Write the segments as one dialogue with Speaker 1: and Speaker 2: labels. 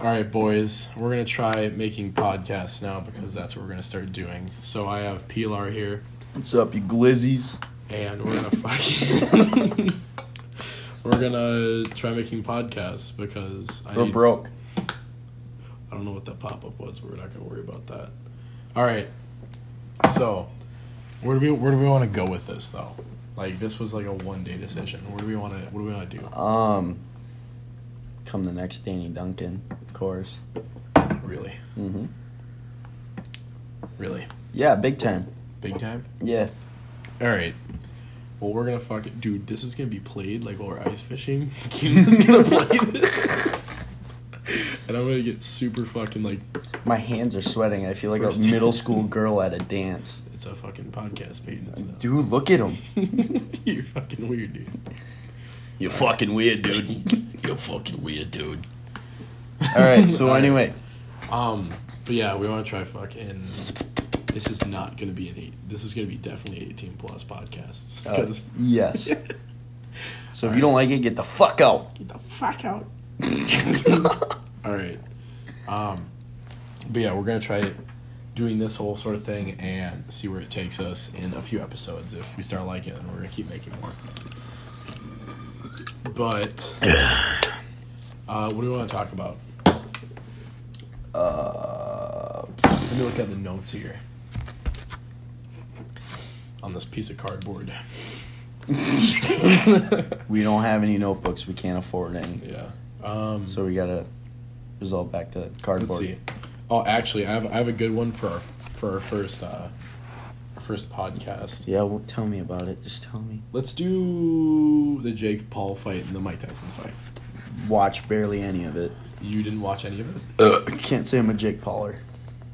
Speaker 1: All right, boys, we're gonna try making podcasts now because that's what we're gonna start doing. So I have Pilar here,
Speaker 2: What's up, you glizzies?
Speaker 1: and we're gonna fucking we're gonna try making podcasts because I
Speaker 2: We're
Speaker 1: need-
Speaker 2: broke.
Speaker 1: I don't know what that pop up was, but we're not gonna worry about that. All right, so where do we where do we want to go with this though? Like this was like a one day decision. Where do we want to what do we want to do?
Speaker 2: Um, come the next Danny Duncan, of course.
Speaker 1: Really,
Speaker 2: Mm-hmm.
Speaker 1: really,
Speaker 2: Yeah, big time.
Speaker 1: big time.
Speaker 2: Yeah.
Speaker 1: All right. Well, we're gonna fuck it, dude. This is gonna be played like while we're ice fishing. King's gonna play this, and I'm gonna get super fucking like
Speaker 2: My hands are sweating. I feel like
Speaker 1: First-
Speaker 2: a middle school girl at a dance.
Speaker 1: it's a fucking podcast maintenance now.
Speaker 2: Dude, look at him.
Speaker 1: You're fucking weird, dude.
Speaker 2: You're fucking weird, dude.
Speaker 1: You're fucking weird, dude.
Speaker 2: All right. So
Speaker 1: All right.
Speaker 2: anyway,
Speaker 1: Um, but yeah, we want to try fucking. This is not gonna be an eight. This is gonna be definitely eighteen plus podcasts.
Speaker 2: uh,
Speaker 1: 'cause-
Speaker 2: yes. So if you don't like it, get the fuck out.
Speaker 1: Get the fuck out. All right. Um, but yeah, we're gonna try doing this whole sort of thing and see where it takes us in a few episodes. If we start liking it, then we're gonna keep making more. But uh, what do we want to talk about?
Speaker 2: Uh,
Speaker 1: Let me look at the notes here on this piece of cardboard.
Speaker 2: we don't have any notebooks. We can't afford any.
Speaker 1: Yeah. Um,
Speaker 2: So we gotta resolve back to cardboard.
Speaker 1: Let's see. Oh, actually, I have I have a good one for our for our first uh, our first podcast.
Speaker 2: Yeah, well, tell me about it. Just tell me.
Speaker 1: Let's do the Jake Paul fight and the Mike Tyson fight.
Speaker 2: Watch barely any of it.
Speaker 1: You didn't watch any of it.
Speaker 2: Can't say I'm a Jake Pauler.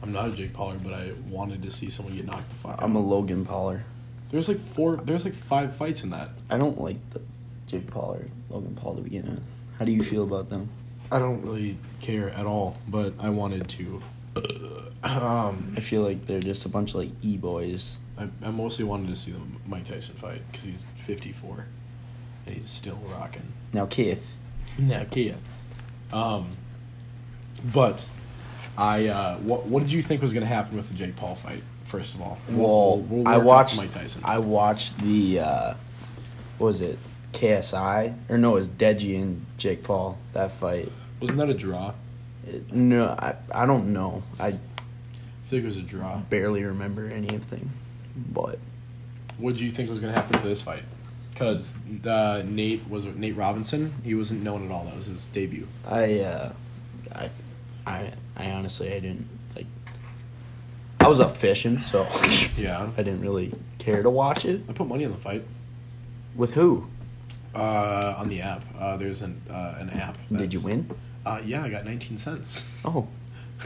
Speaker 1: I'm not a Jake Paul, but I wanted to see someone get knocked the fuck.
Speaker 2: I'm
Speaker 1: out.
Speaker 2: a Logan Pauler.
Speaker 1: There's like four. There's like five fights in that.
Speaker 2: I don't like the Jake Paul or Logan Paul to begin with. How do you feel about them?
Speaker 1: I don't really care at all, but I wanted to. um,
Speaker 2: I feel like they're just a bunch of like e boys.
Speaker 1: I, I mostly wanted to see the Mike Tyson fight because he's 54, and he's still rocking.
Speaker 2: Now Keith,
Speaker 1: No, Kia. Um, but I, uh, what what did you think was going to happen with the Jake Paul fight? First of all,
Speaker 2: well,
Speaker 1: we'll work
Speaker 2: I
Speaker 1: up to
Speaker 2: watched
Speaker 1: Mike Tyson.
Speaker 2: I watched the uh, what was it KSI or no? It was Deji and Jake Paul that fight.
Speaker 1: Wasn't that a draw?
Speaker 2: It- no, I I don't know. I
Speaker 1: I think it was a draw.
Speaker 2: barely remember any of them, but
Speaker 1: What did you think was going to happen to this fight? Because uh, Nate was it Nate Robinson. He wasn't known at all. That was his debut.
Speaker 2: I, uh, I, I, I honestly, I didn't like. I was up fishing, so I
Speaker 1: Yeah,
Speaker 2: didn't really care to watch it.
Speaker 1: I put money on the fight
Speaker 2: With who
Speaker 1: uh, on the app. Uh, there's an uh, an app.
Speaker 2: did you
Speaker 1: that's-
Speaker 2: win?
Speaker 1: Uh, yeah, I got 19 cents.
Speaker 2: Oh,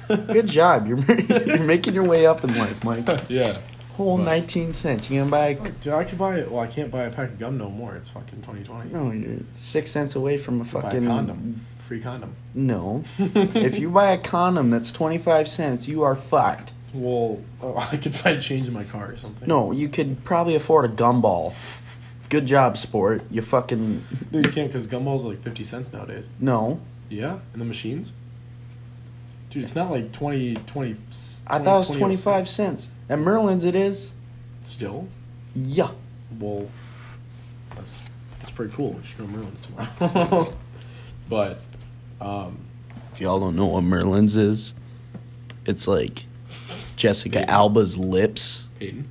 Speaker 2: good job! You're you're making your way up in life, Mike.
Speaker 1: yeah.
Speaker 2: Whole
Speaker 1: But-
Speaker 2: nineteen cents. You gonna buy? a c-
Speaker 1: Dude, I could buy. Well, I can't buy a pack of gum no more. It's fucking 2020.
Speaker 2: No, you're six cents away from a
Speaker 1: Buy a
Speaker 2: fucking
Speaker 1: condom. Free condom.
Speaker 2: No, if you buy a condom that's twenty five cents, you are fucked.
Speaker 1: Well, oh, I could find change in my car or something.
Speaker 2: No, you could probably afford a gumball. Good job, sport. You fucking
Speaker 1: No, you can't because gumballs are like 50 cents nowadays.
Speaker 2: no.
Speaker 1: Yeah? And the machines? Dude, it's not like 20, 20.
Speaker 2: I thought it was
Speaker 1: 20
Speaker 2: 25 cents. At Merlin's, it is.
Speaker 1: Still?
Speaker 2: Yeah.
Speaker 1: Well, that's, that's pretty cool. We should go to Merlin's tomorrow. but, um,
Speaker 2: If y'all don't know what Merlin's is, it's like Jessica
Speaker 1: Maybe.
Speaker 2: Alba's lips.
Speaker 1: Peyton?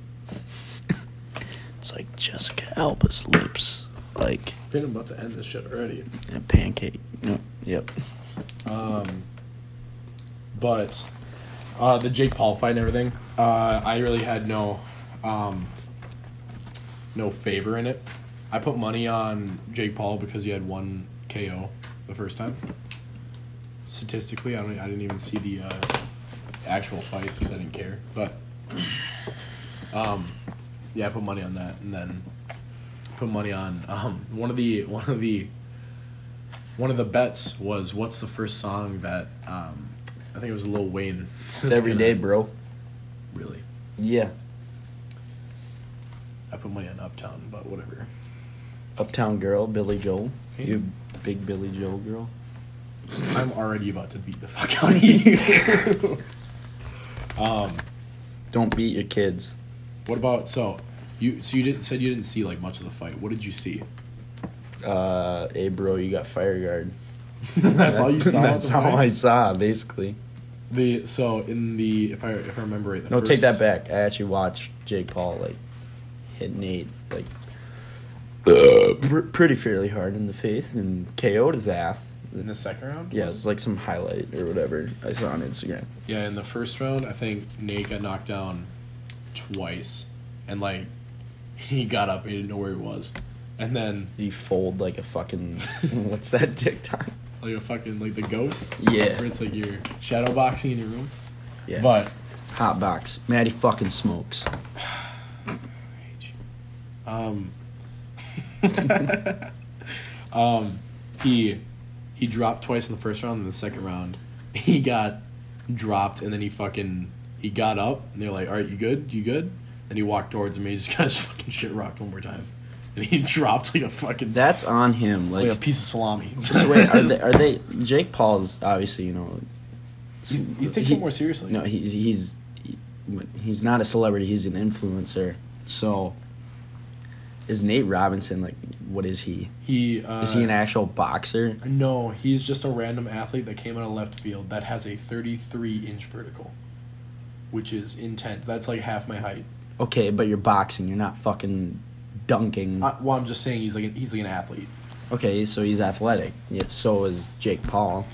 Speaker 2: It's like Jessica Alba's lips. Like
Speaker 1: Peyton, I'm about to end this shit already.
Speaker 2: a pancake. No. Yep.
Speaker 1: Um, but uh, the Jake Paul fight and everything, uh, I really had no um, no favor in it. I put money on Jake Paul because he had one KO the first time. Statistically, I don't. I didn't even see the uh, actual fight because I didn't care. But um, yeah, I put money on that, and then put money on um, one of the one of the one of the bets was what's the first song that um, I think it was Lil Wayne.
Speaker 2: It's every day, bro.
Speaker 1: Really,
Speaker 2: Yeah.
Speaker 1: I put money on Uptown, but whatever.
Speaker 2: Uptown Girl, Billy Joel.
Speaker 1: Hey.
Speaker 2: You big Billy Joel girl.
Speaker 1: I'm already about to beat the fuck out of you. um,
Speaker 2: Don't beat your kids.
Speaker 1: what about so you? So you didn't said you didn't see like much of the fight. What did you see?
Speaker 2: Uh, hey, bro, you got fire guard.
Speaker 1: that's, all you saw.
Speaker 2: That's
Speaker 1: about the
Speaker 2: all
Speaker 1: fight?
Speaker 2: I saw, basically.
Speaker 1: The so in the if I if I remember right. the
Speaker 2: No, take that
Speaker 1: first-
Speaker 2: back. I actually watched Jake Paul like hit Nate like pr- pretty fairly hard in the face and KO'd his ass.
Speaker 1: in the second round.
Speaker 2: Yeah, it's like some highlight or whatever I saw on Instagram.
Speaker 1: Yeah, in the first round, I think Nate got knocked down twice, and like he got up, he didn't know where he was, and then
Speaker 2: You fold like a fucking what's that TikTok?
Speaker 1: like a fucking like the ghost.
Speaker 2: Yeah.
Speaker 1: Where it's like you're shadow boxing in your room.
Speaker 2: Yeah.
Speaker 1: But
Speaker 2: Hot box. Maddie fucking smokes.
Speaker 1: um, um, he he dropped twice in the first round. In the second round, he got dropped, and then he fucking he got up, and they're like, "All right, you good? You good?" Then he walked towards me, just got his fucking shit rocked one more time, and he dropped like a fucking
Speaker 2: That's on him. Like,
Speaker 1: like a piece of salami.
Speaker 2: so wait, are they, are they? Jake Paul's obviously, you know,
Speaker 1: he's, he's taking
Speaker 2: he-
Speaker 1: it more seriously.
Speaker 2: No, he's he's he- he's not a celebrity. He's an influencer. So, is Nate Robinson like? What is he?
Speaker 1: he uh,
Speaker 2: Is he an actual boxer?
Speaker 1: No, he's just a random athlete that came out of left field that has a 33 inch vertical, which is intense. That's like half my height.
Speaker 2: Okay, but you're boxing. You're not fucking dunking.
Speaker 1: I, well, I'm just saying he's like an, he's like an athlete.
Speaker 2: okay, so he's athletic. Yet so is Jake Paul.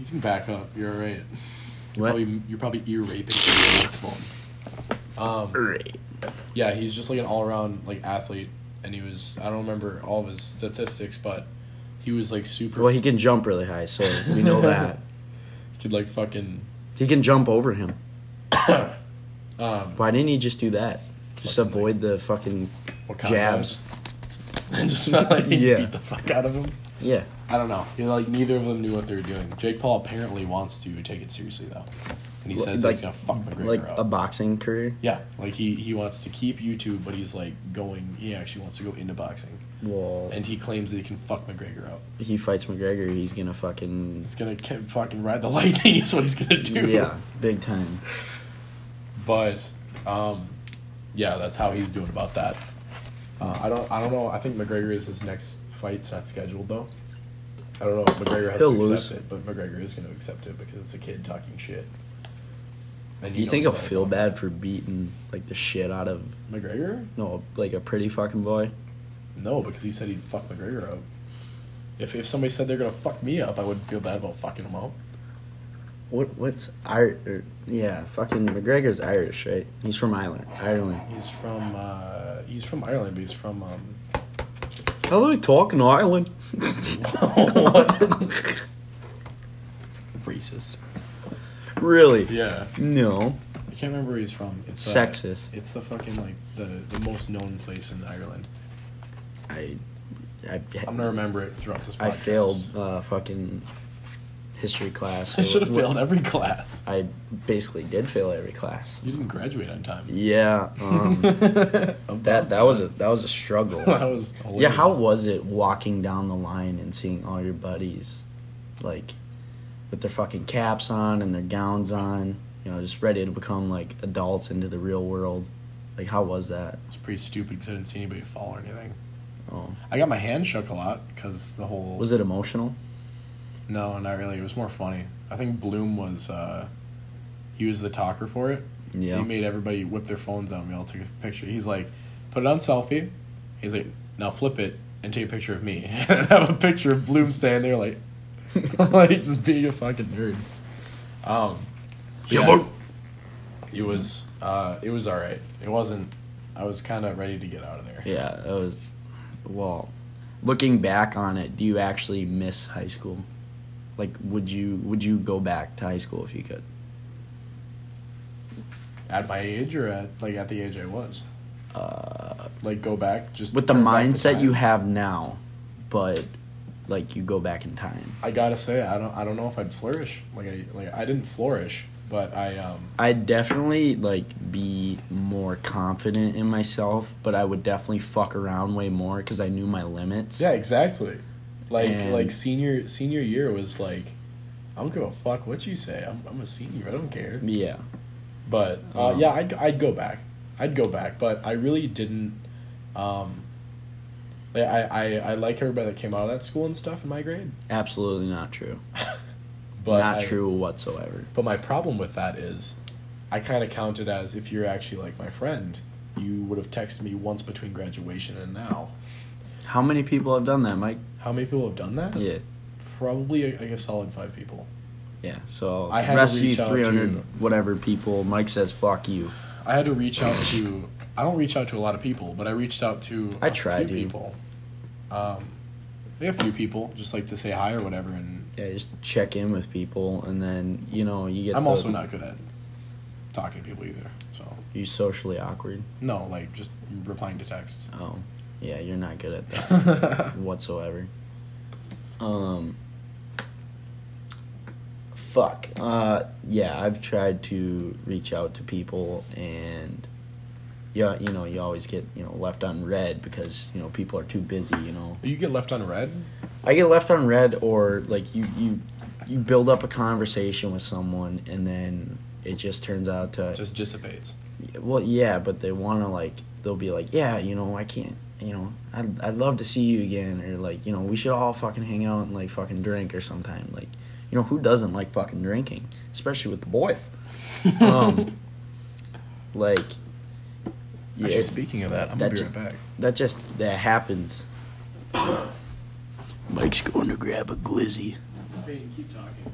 Speaker 1: You can back up. You're all right.
Speaker 2: What?
Speaker 1: Probably, you're probably ear raping your phone. Um, yeah, he's just like an all around like athlete, and he was I don't remember all of his statistics, but he was like super.
Speaker 2: Well, he can jump really high, so we know that
Speaker 1: could like fucking
Speaker 2: he can jump over him.
Speaker 1: um.
Speaker 2: Why didn't he just do that? Just
Speaker 1: Fucking
Speaker 2: avoid the fucking
Speaker 1: What
Speaker 2: jabs.
Speaker 1: I just felt like he
Speaker 2: Yeah.
Speaker 1: beat the fuck out of him.
Speaker 2: Yeah.
Speaker 1: I don't know. You know, like neither of them knew what they were doing. Jake Paul apparently wants to take it seriously though, and he
Speaker 2: Well,
Speaker 1: says
Speaker 2: like-
Speaker 1: he's gonna fuck McGregor
Speaker 2: Like
Speaker 1: up.
Speaker 2: a boxing career.
Speaker 1: yeah, like he he wants to keep YouTube, but he's like going. He actually wants to go into boxing,
Speaker 2: Well,
Speaker 1: and he claims that he can fuck McGregor up.
Speaker 2: he fights McGregor, he's gonna fucking
Speaker 1: He's gonna ca- fucking ride the lightning. Is what he's gonna do.
Speaker 2: yeah, big time.
Speaker 1: But, um, yeah, that's how he's doing about that. Uh, I don't I don't know. I think McGregor is his next fight. It's not scheduled though. I don't know if McGregor has
Speaker 2: He'll
Speaker 1: to
Speaker 2: lose.
Speaker 1: accept it, but McGregor is going to accept it because it's a kid talking shit. And
Speaker 2: You,
Speaker 1: know
Speaker 2: think he'll
Speaker 1: he's like-
Speaker 2: feel bad for beating like the shit out of
Speaker 1: McGregor?
Speaker 2: no, like a pretty fucking boy?
Speaker 1: No, because he said he'd fuck McGregor up. If if somebody said they're gonna fuck me up, I wouldn't feel bad about fucking him up.
Speaker 2: What what's Irish? Or, yeah, fucking McGregor's Irish, right? He's from Ireland. Ireland.
Speaker 1: He's from uh, he's from Ireland, but he's from um.
Speaker 2: How are we talking Ireland?
Speaker 1: Racist.
Speaker 2: really?
Speaker 1: Yeah,
Speaker 2: No.
Speaker 1: I can't remember where he's from. It's uh,
Speaker 2: Sexist.
Speaker 1: It's the fucking like the the most known place in Ireland.
Speaker 2: I I
Speaker 1: I'm gonna remember it throughout this. Podcast.
Speaker 2: I failed uh, fucking history class.
Speaker 1: I should have failed every class.
Speaker 2: I basically did fail every class.
Speaker 1: You didn't graduate on time.
Speaker 2: Yeah, um, that that was a that was a struggle.
Speaker 1: that was hilarious.
Speaker 2: yeah, how was it walking down the line and seeing all your buddies, like, with their fucking caps on and their gowns on, you know, just ready to become like adults into the real world? Like, how was that?
Speaker 1: It's pretty stupid because I didn't see anybody fall or anything.
Speaker 2: Oh,
Speaker 1: I got my hand shook a lot because the whole
Speaker 2: was it emotional?
Speaker 1: no, not really. It was more funny. I think Bloom was uh, he was the talker for it.
Speaker 2: Yeah.
Speaker 1: He made everybody whip their phones out. and We all took a picture. He's like, put it on selfie. He's like, now flip it and take a picture of me. and have a picture of Bloom standing there like, like just being a fucking nerd. Um, but
Speaker 2: Yeah,
Speaker 1: yeah, it was uh, it was all right. It wasn't. I was kind of ready to get out of there.
Speaker 2: Yeah, it was. Well, looking back on it, do you actually miss high school? Like, would you would you go back to high school if you could?
Speaker 1: At my age or at like at the age I was. Uh, like go back just
Speaker 2: with the
Speaker 1: turn back
Speaker 2: mindset
Speaker 1: time.
Speaker 2: you have now, but like you go back in time.
Speaker 1: I gotta say I don't I don't know if I'd flourish like I like I didn't flourish but I um
Speaker 2: I'd definitely like be more confident in myself, but I would definitely fuck around way more because I knew my limits.
Speaker 1: yeah exactly like
Speaker 2: And-
Speaker 1: like senior senior year was like I don't give a fuck what you say. I'm, I'm a senior. I don't care.
Speaker 2: Yeah.
Speaker 1: But uh,
Speaker 2: Um,
Speaker 1: yeah, I'd, I'd go back. I'd go back, but I really didn't. Um, like, I, I, I like everybody that came out of that school and stuff in my grade.
Speaker 2: Absolutely not true.
Speaker 1: But
Speaker 2: not
Speaker 1: I-
Speaker 2: true whatsoever.
Speaker 1: But my problem with that is, I kind of count it as if you're actually like my friend, you would have texted me once between graduation and now.
Speaker 2: How many people have done that, Mike?
Speaker 1: How many people have done that?
Speaker 2: Yeah.
Speaker 1: Probably like a solid five people.
Speaker 2: Yeah. So
Speaker 1: I had to
Speaker 2: rest of you
Speaker 1: reach out
Speaker 2: three
Speaker 1: to-
Speaker 2: hundred whatever people, Mike says fuck you.
Speaker 1: I had to reach out to. I don't reach out to a lot of people, but I reached out to
Speaker 2: I
Speaker 1: a
Speaker 2: try,
Speaker 1: few
Speaker 2: dude.
Speaker 1: people. Um, a few people just like to say hi or whatever, and
Speaker 2: Yeah, just check in with people and then you know, you get
Speaker 1: I'm
Speaker 2: the-
Speaker 1: also not good at talking to people either. So
Speaker 2: you socially awkward.
Speaker 1: no, like just replying to texts.
Speaker 2: Oh. Yeah, you're not good at that
Speaker 1: I
Speaker 2: whatsoever. Um fuck. Uh yeah, I've tried to reach out to people and yeah, you know, you always get, you know, left on red because, you know, people are too busy, you know.
Speaker 1: You get left on red.
Speaker 2: I get left on red or like you you you build up a conversation with someone and then it just turns out to
Speaker 1: Just dissipates.
Speaker 2: well yeah but they want to like they'll be like yeah you know I can't you know I'd, I'd love to see you again or like you know we should all fucking hang out and like fucking drink or sometime like you know who doesn't like fucking drinking especially with the boys um like yeah,
Speaker 1: Actually,
Speaker 2: it-
Speaker 1: speaking of that, I'm
Speaker 2: That's-
Speaker 1: gonna be right back.
Speaker 2: that just that happens Mike's going to grab a glizzy
Speaker 1: keep talking.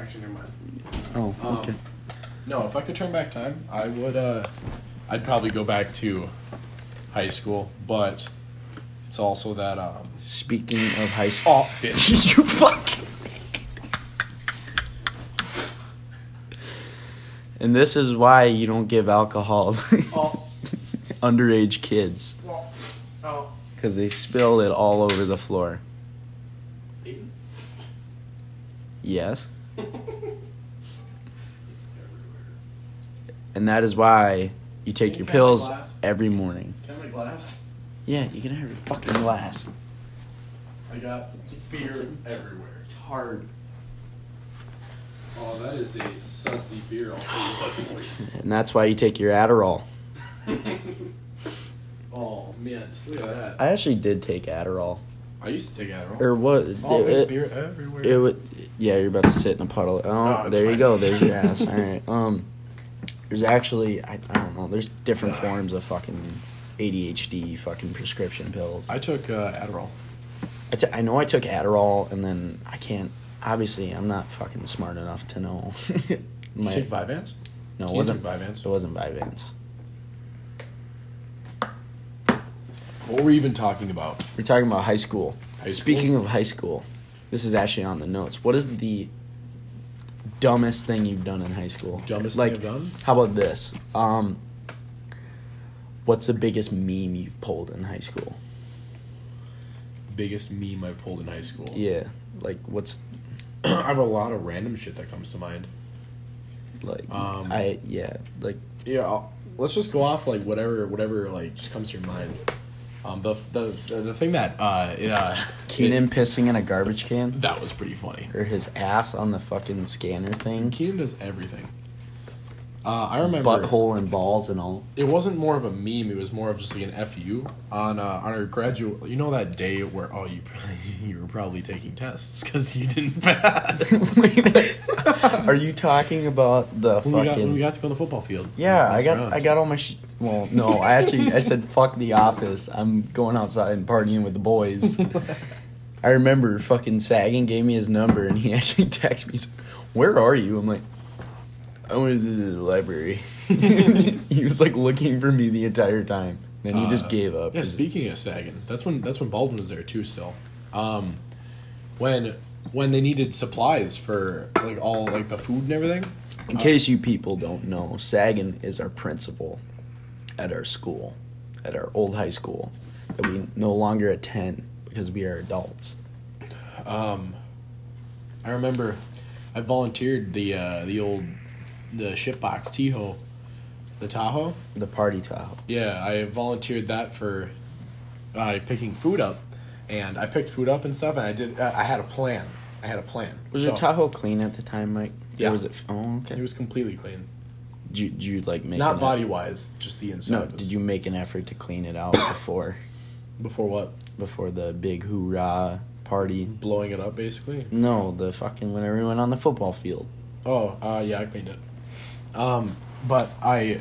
Speaker 1: Actually, never mind.
Speaker 2: Oh,
Speaker 1: Um, No, if I could turn back time, I would. Uh, I'd probably go back to high school, but it's also that. Um,
Speaker 2: Speaking of high school,
Speaker 1: oh, bitch.
Speaker 2: you fuck. And this is why you don't give alcohol to
Speaker 1: Oh,
Speaker 2: underage kids
Speaker 1: oh, oh.
Speaker 2: because they spill it all over the floor.
Speaker 1: Aiden?
Speaker 2: Yes,
Speaker 1: It's everywhere.
Speaker 2: and that is why you take
Speaker 1: Can you count
Speaker 2: your
Speaker 1: my
Speaker 2: pills
Speaker 1: glass?
Speaker 2: every morning.
Speaker 1: Can I have my glass?
Speaker 2: Yeah, you can have your fucking glass.
Speaker 1: I got beer everywhere. It's hard. Oh, that is a sudsy beer. I'll tell you what, boys.
Speaker 2: And that's why you take your Adderall.
Speaker 1: Oh, man. Look at that.
Speaker 2: I actually did take Adderall,
Speaker 1: I used to take Adderall.
Speaker 2: or what?
Speaker 1: Oh,
Speaker 2: it-
Speaker 1: there's
Speaker 2: it-
Speaker 1: beer everywhere.
Speaker 2: It would, yeah. You're about to sit in a puddle. Oh,
Speaker 1: No, it's
Speaker 2: there you
Speaker 1: fine.
Speaker 2: go. There's your ass. All right. Um, there's actually I, I don't know. There's different forms of fucking ADHD fucking prescription pills.
Speaker 1: I took uh, Adderall.
Speaker 2: I, t- I know I took Adderall and then I can't. Obviously, I'm not fucking smart enough to know.
Speaker 1: Did you
Speaker 2: My-
Speaker 1: take Vyvanse?
Speaker 2: no, it
Speaker 1: Can you
Speaker 2: wasn't
Speaker 1: do Vyvanse?
Speaker 2: It wasn't Vyvanse.
Speaker 1: What were we even talking about?
Speaker 2: We're talking about high school.
Speaker 1: High school?
Speaker 2: Speaking of high school, this is actually on the notes. What is the dumbest thing you've done in high school?
Speaker 1: Dumbest
Speaker 2: like,
Speaker 1: thing I've done?
Speaker 2: How about this? Um, what's the biggest meme you've pulled in high school?
Speaker 1: Biggest meme I've pulled in high school.
Speaker 2: Yeah, like what's
Speaker 1: I have a lot of random shit that comes to mind.
Speaker 2: like
Speaker 1: Um,
Speaker 2: I yeah like
Speaker 1: Yeah, I'll, let's just go off like whatever, whatever like just comes to your mind. Um, the the the, the thing that uh, it, uh
Speaker 2: Keenan
Speaker 1: it-
Speaker 2: pissing in a garbage can
Speaker 1: that was pretty funny.
Speaker 2: or his ass on the fucking scanner thing,
Speaker 1: Keenan does everything. Uh, I remember
Speaker 2: butthole and balls and all.
Speaker 1: it wasn't more of a meme. It was more of just like an fu on uh, on our graduate. You know that day where oh you probably, you were probably taking tests because you didn't pass.
Speaker 2: Are you talking about the
Speaker 1: when
Speaker 2: fucking?
Speaker 1: we got when we got to go on the football field.
Speaker 2: Yeah, I
Speaker 1: Mess
Speaker 2: got
Speaker 1: around.
Speaker 2: I got all my sh- well, no, I actually I said fuck the office. I'm going outside and partying with the boys. I remember fucking Sagan gave me his number and he actually texted me, he's like, "Where are you?" I'm like, "I went to the library." he was like looking for me the entire time. Then he just
Speaker 1: Uh,
Speaker 2: gave up.
Speaker 1: Yeah, speaking of Sagan, that's when that's when Baldwin was there too. Still, um, when when they needed supplies for like all like the food and everything.
Speaker 2: In case you people don't know, Sagan is our principal at our school, at our old high school that we no longer attend because we are adults.
Speaker 1: I remember I volunteered the uh, the old the shipbox Tahoe, the Tahoe.
Speaker 2: The party towel.
Speaker 1: Yeah, I volunteered that for uh, picking food up, and uh, I picked food up and stuff, and I did. I I had a plan. I had a plan.
Speaker 2: Was
Speaker 1: So,
Speaker 2: your Tahoe clean at the time, Mike? Or
Speaker 1: Yeah.
Speaker 2: was it? Oh, okay.
Speaker 1: It was completely clean,
Speaker 2: did, you, did you like make
Speaker 1: not
Speaker 2: an
Speaker 1: body wise, just the inside.
Speaker 2: No,
Speaker 1: was-
Speaker 2: did you make an effort to clean it out before
Speaker 1: before what
Speaker 2: before the big hoorah party?
Speaker 1: blowing it up basically?
Speaker 2: No, the fucking whenever we went on the football field.
Speaker 1: Oh, uh, yeah, I cleaned it. Um, but I,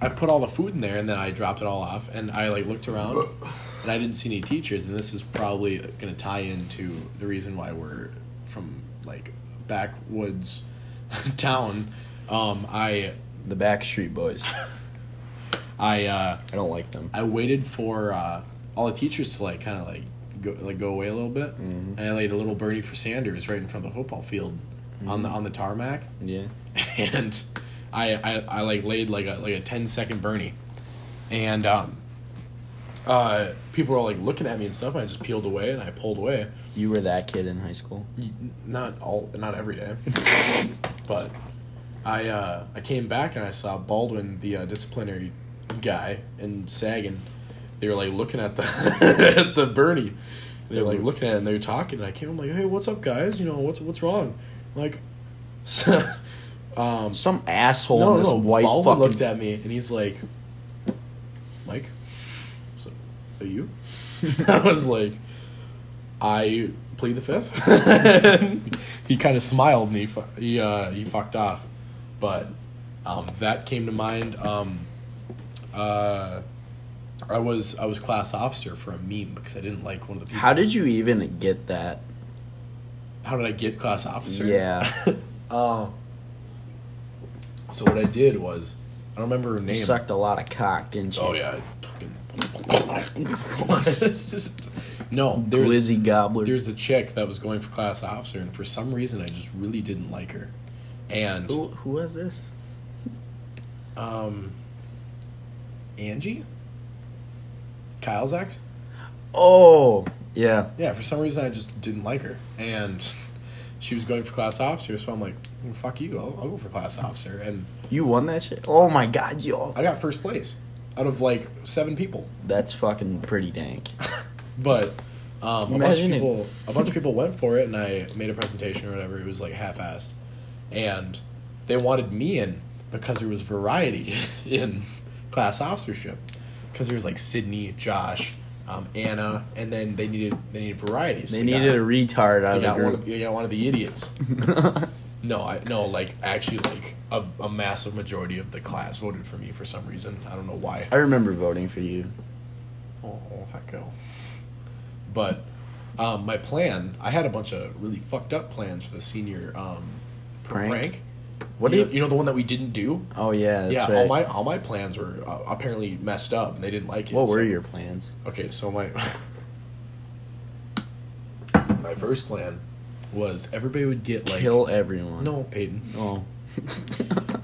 Speaker 1: I put all the food in there and then I dropped it all off and I like looked around and I didn't see any teachers and this is probably gonna tie into the reason why we're from like backwoods town. Um, I
Speaker 2: The Backstreet Boys. I
Speaker 1: I uh,
Speaker 2: don't like them.
Speaker 1: I waited for uh, all the teachers to like kind of like go like go away a little bit and I laid a little Bernie for Sanders right in front of the football field on the on the tarmac.
Speaker 2: Yeah.
Speaker 1: and I, I I like laid like a like a 10 second Bernie, and um, uh, people were like looking at me and stuff. And I just peeled away and I pulled away.
Speaker 2: You were that kid in high school.
Speaker 1: Not all, not every day, but I uh, I came back and I saw Baldwin, the uh, disciplinary guy, and Sagan. They were like looking at the at the Bernie. They were like looking at it and they were talking. And I came, I'm like, hey, what's up, guys? You know what's what's wrong? Like, um,
Speaker 2: Some asshole
Speaker 1: no,
Speaker 2: in this
Speaker 1: no,
Speaker 2: white
Speaker 1: Baldwin
Speaker 2: fucking.
Speaker 1: looked at me and he's like, Mike, so, so you? I was like, I plead the fifth. he kind of smiled and he, fu- he, uh, he fucked off. But um, that came to mind. Um, uh, I was I was class officer for a meme because I didn't like one of the people.
Speaker 2: How did you even get that?
Speaker 1: How did I get class officer?
Speaker 2: Yeah.
Speaker 1: Um, so what I did was I don't remember her
Speaker 2: You
Speaker 1: name.
Speaker 2: sucked a lot of cock, didn't you?
Speaker 1: Oh yeah. Fucking no, there's
Speaker 2: Glizzy gobbler.
Speaker 1: there's a chick that was going for class officer, and for some reason I just really didn't like her, and
Speaker 2: Who, who was this?
Speaker 1: um, Angie, Kyle's ex.
Speaker 2: Oh, yeah.
Speaker 1: Yeah, for some reason I just didn't like her, and she was going for class officer, so I'm like, "Well, fuck you, I'll, I'll go for class officer, and
Speaker 2: You won that shit? Oh my god, yo.
Speaker 1: I got first place out of like seven people.
Speaker 2: That's fucking pretty dank.
Speaker 1: But um, a bunch of
Speaker 2: Imagine it.
Speaker 1: people, a bunch of people went for it, and I made a presentation or whatever. It was like half-assed, and they wanted me in because there was variety in class officership, because there was like Sydney, Josh, um, Anna, and then they needed they needed varieties.
Speaker 2: They needed a retard
Speaker 1: Got, they
Speaker 2: out of the
Speaker 1: got one
Speaker 2: group.
Speaker 1: of they got one of the idiots. no, I no like actually like a, a massive majority of the class voted for me for some reason. I don't know why.
Speaker 2: I remember voting for you.
Speaker 1: Oh, that go. But um, my plan, I had a bunch of really fucked up plans for the senior um,
Speaker 2: Prank?
Speaker 1: prank.
Speaker 2: What
Speaker 1: you,
Speaker 2: do
Speaker 1: know,
Speaker 2: you?
Speaker 1: you know the one that we didn't do?
Speaker 2: Oh yeah, that's
Speaker 1: yeah,
Speaker 2: right.
Speaker 1: all my all my plans were uh, apparently messed up, and they didn't like it.
Speaker 2: what
Speaker 1: so-
Speaker 2: were your plans?
Speaker 1: Okay, so my my first plan was everybody would get like
Speaker 2: Kill everyone.
Speaker 1: no Peyton,
Speaker 2: Oh.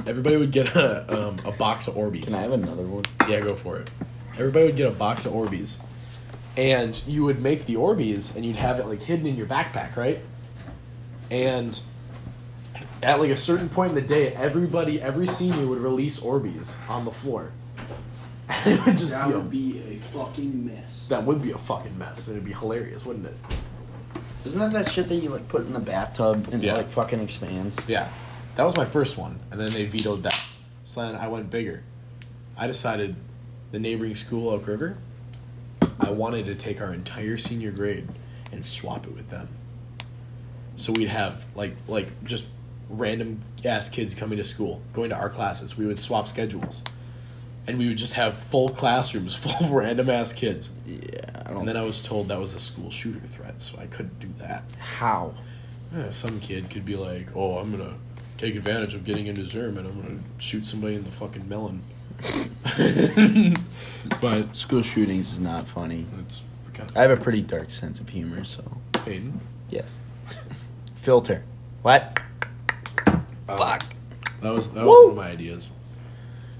Speaker 1: everybody would get a um, a box of Orbeez.
Speaker 2: Can I have another one?
Speaker 1: Yeah, go for it. Everybody would get a box of Orbeez. And you would make the Orbeez and you'd have it like hidden in your backpack, right? And at like a certain point in the day, everybody, every senior would release Orbeez on the floor. And it would just
Speaker 3: That
Speaker 1: be a-
Speaker 3: would be a fucking mess.
Speaker 1: that would be a fucking mess. It'd be hilarious, wouldn't it?
Speaker 2: Isn't that that shit that you like put in the bathtub and
Speaker 1: Yeah.
Speaker 2: it like fucking expands?
Speaker 1: Yeah, that was my first one, and then they vetoed that. So then I went bigger. I decided the neighboring school, Oak River, I wanted to take our entire senior grade and swap it with them. So we'd have like like just random ass kids coming to school, going to our classes. We would swap schedules, and we would just have full classrooms full of random ass kids.
Speaker 2: Yeah, I don't
Speaker 1: And then I was told that was a school shooter threat, so I couldn't do that.
Speaker 2: how.
Speaker 1: Yeah, some kid could be like, "Oh, I'm gonna take advantage of getting into Zerm and I'm gonna shoot somebody in the fucking melon." but
Speaker 2: School shootings is not funny.
Speaker 1: it's kind
Speaker 2: I have a pretty dark sense of humor, so
Speaker 1: of Peyton.
Speaker 2: yes. Filter. What? Fuck.
Speaker 1: Uh, That was that was
Speaker 2: Woo!
Speaker 1: one of my ideas.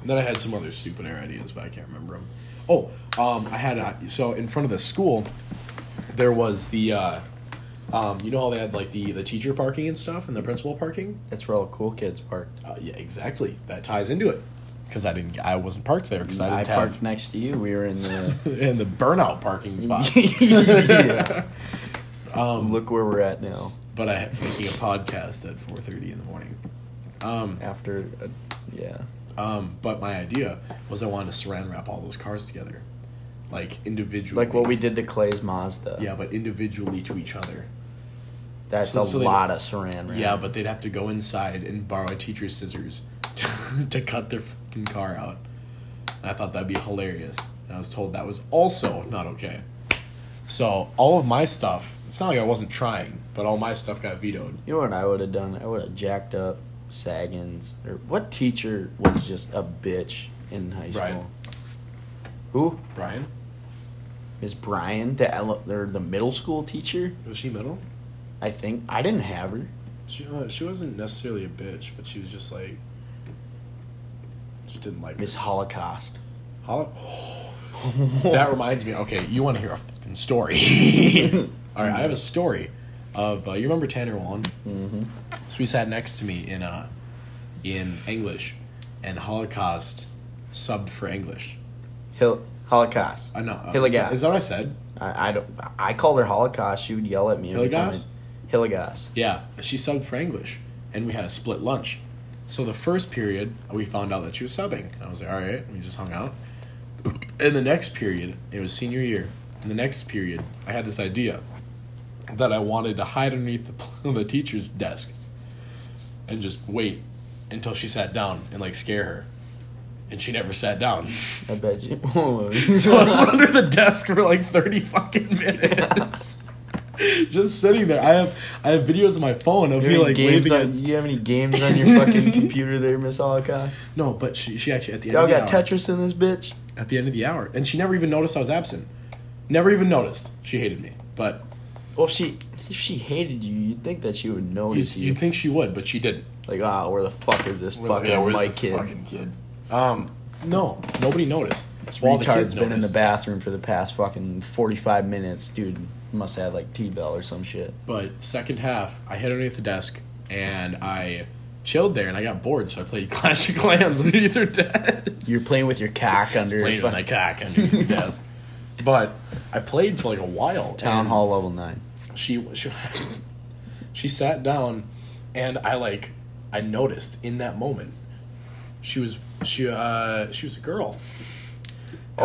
Speaker 1: And then I had some other stupid air ideas, but I can't remember them. Oh, um, I had a, so in front of the school, there was the, uh, um, you know how they had like the the teacher parking and stuff and the principal parking.
Speaker 2: That's where all the cool kids parked.
Speaker 1: Uh, yeah, exactly. That ties into it because I didn't I wasn't parked there because I
Speaker 2: I
Speaker 1: didn't have.
Speaker 2: parked next to you. We were in the.
Speaker 1: in the burnout parking spot.
Speaker 2: yeah. Um, Look where we're at now.
Speaker 1: but I am making a podcast at four thirty in the morning. Um,
Speaker 2: after, a, yeah.
Speaker 1: um, but my idea was I wanted to saran wrap all those cars together, like individually.
Speaker 2: Like what we did to Clay's Mazda.
Speaker 1: Yeah, but individually to each other.
Speaker 2: That's
Speaker 1: So-
Speaker 2: a
Speaker 1: so they-
Speaker 2: lot of saran wrap.
Speaker 1: Yeah, but they'd have to go inside and borrow a teacher's scissors to cut their fucking car out. And I thought that'd be hilarious. And I was told that was also not okay. So all of my stuff, it's not like I wasn't trying, but all my stuff got vetoed.
Speaker 2: You know what I would have done? I would have jacked up Sagan's. Or what teacher was just a bitch in high school?
Speaker 1: Brian.
Speaker 2: Who?
Speaker 1: Brian,
Speaker 2: Miss Brian, the ele- or the middle school teacher?
Speaker 1: was she middle?
Speaker 2: I think I didn't have her.
Speaker 1: She uh, she wasn't necessarily a bitch, but she was just like just didn't like
Speaker 2: Miss Holocaust.
Speaker 1: Hol- that reminds me. Okay, you want to hear a fucking story? All right, I have a story of uh, you remember Tanner Wan? Mm-hmm. So he sat next to me in uh, in English, and Holocaust subbed for English.
Speaker 2: Hil- Holocaust.
Speaker 1: Uh, no, uh,
Speaker 2: Hiligas.
Speaker 1: Is, is that what I said?
Speaker 2: I, I don't. I called her Holocaust. She would yell at me. every time
Speaker 1: Hiligas?
Speaker 2: I- Hiligas.
Speaker 1: Yeah, she subbed for English, and we had a split lunch. So the first period, we found out that she was subbing. And I was like, all right, we just hung out. And the next period, it was senior year. In the next period, I had this idea that I wanted to hide underneath the, the teacher's desk and just wait until she sat down and like scare her. And she never sat down.
Speaker 2: I bet you.
Speaker 1: So I was under the desk for like thirty fucking minutes, just sitting there. I have I have videos on my phone of
Speaker 2: you,
Speaker 1: me
Speaker 2: have any
Speaker 1: like
Speaker 2: games
Speaker 1: waving. at-
Speaker 2: on, you have any games on your fucking computer there, Miss Holocaust?
Speaker 1: no, but she, she actually at the end
Speaker 2: Y'all
Speaker 1: of the
Speaker 2: got
Speaker 1: hour,
Speaker 2: Tetris in this bitch?
Speaker 1: at the end of the hour, and she never even noticed I was absent. Never even noticed. She hated me, but
Speaker 2: Well, if she if she hated you, you'd think that she would
Speaker 1: you'd,
Speaker 2: notice you.
Speaker 1: you'd think she would, but she didn't.
Speaker 2: like, ah, where the fuck is this fucking my kid?
Speaker 1: kid? Um, no, nobody noticed. Well, the
Speaker 2: Retard's
Speaker 1: kids
Speaker 2: been in the
Speaker 1: noticed,
Speaker 2: bathroom for the past fucking forty five minutes, dude. Must have like T Bell or some shit.
Speaker 1: But second half, I hid underneath the desk and I chilled there, and I got bored, so I played Clash of Clans underneath her desk.
Speaker 2: You're playing with your cock under
Speaker 1: played
Speaker 2: your
Speaker 1: with my cock
Speaker 2: fucking
Speaker 1: underneath the desk. But I played for like a while.
Speaker 2: town
Speaker 1: and
Speaker 2: hall level nine.
Speaker 1: She she she sat down, and I like I noticed in that moment she was she uh she was a girl. And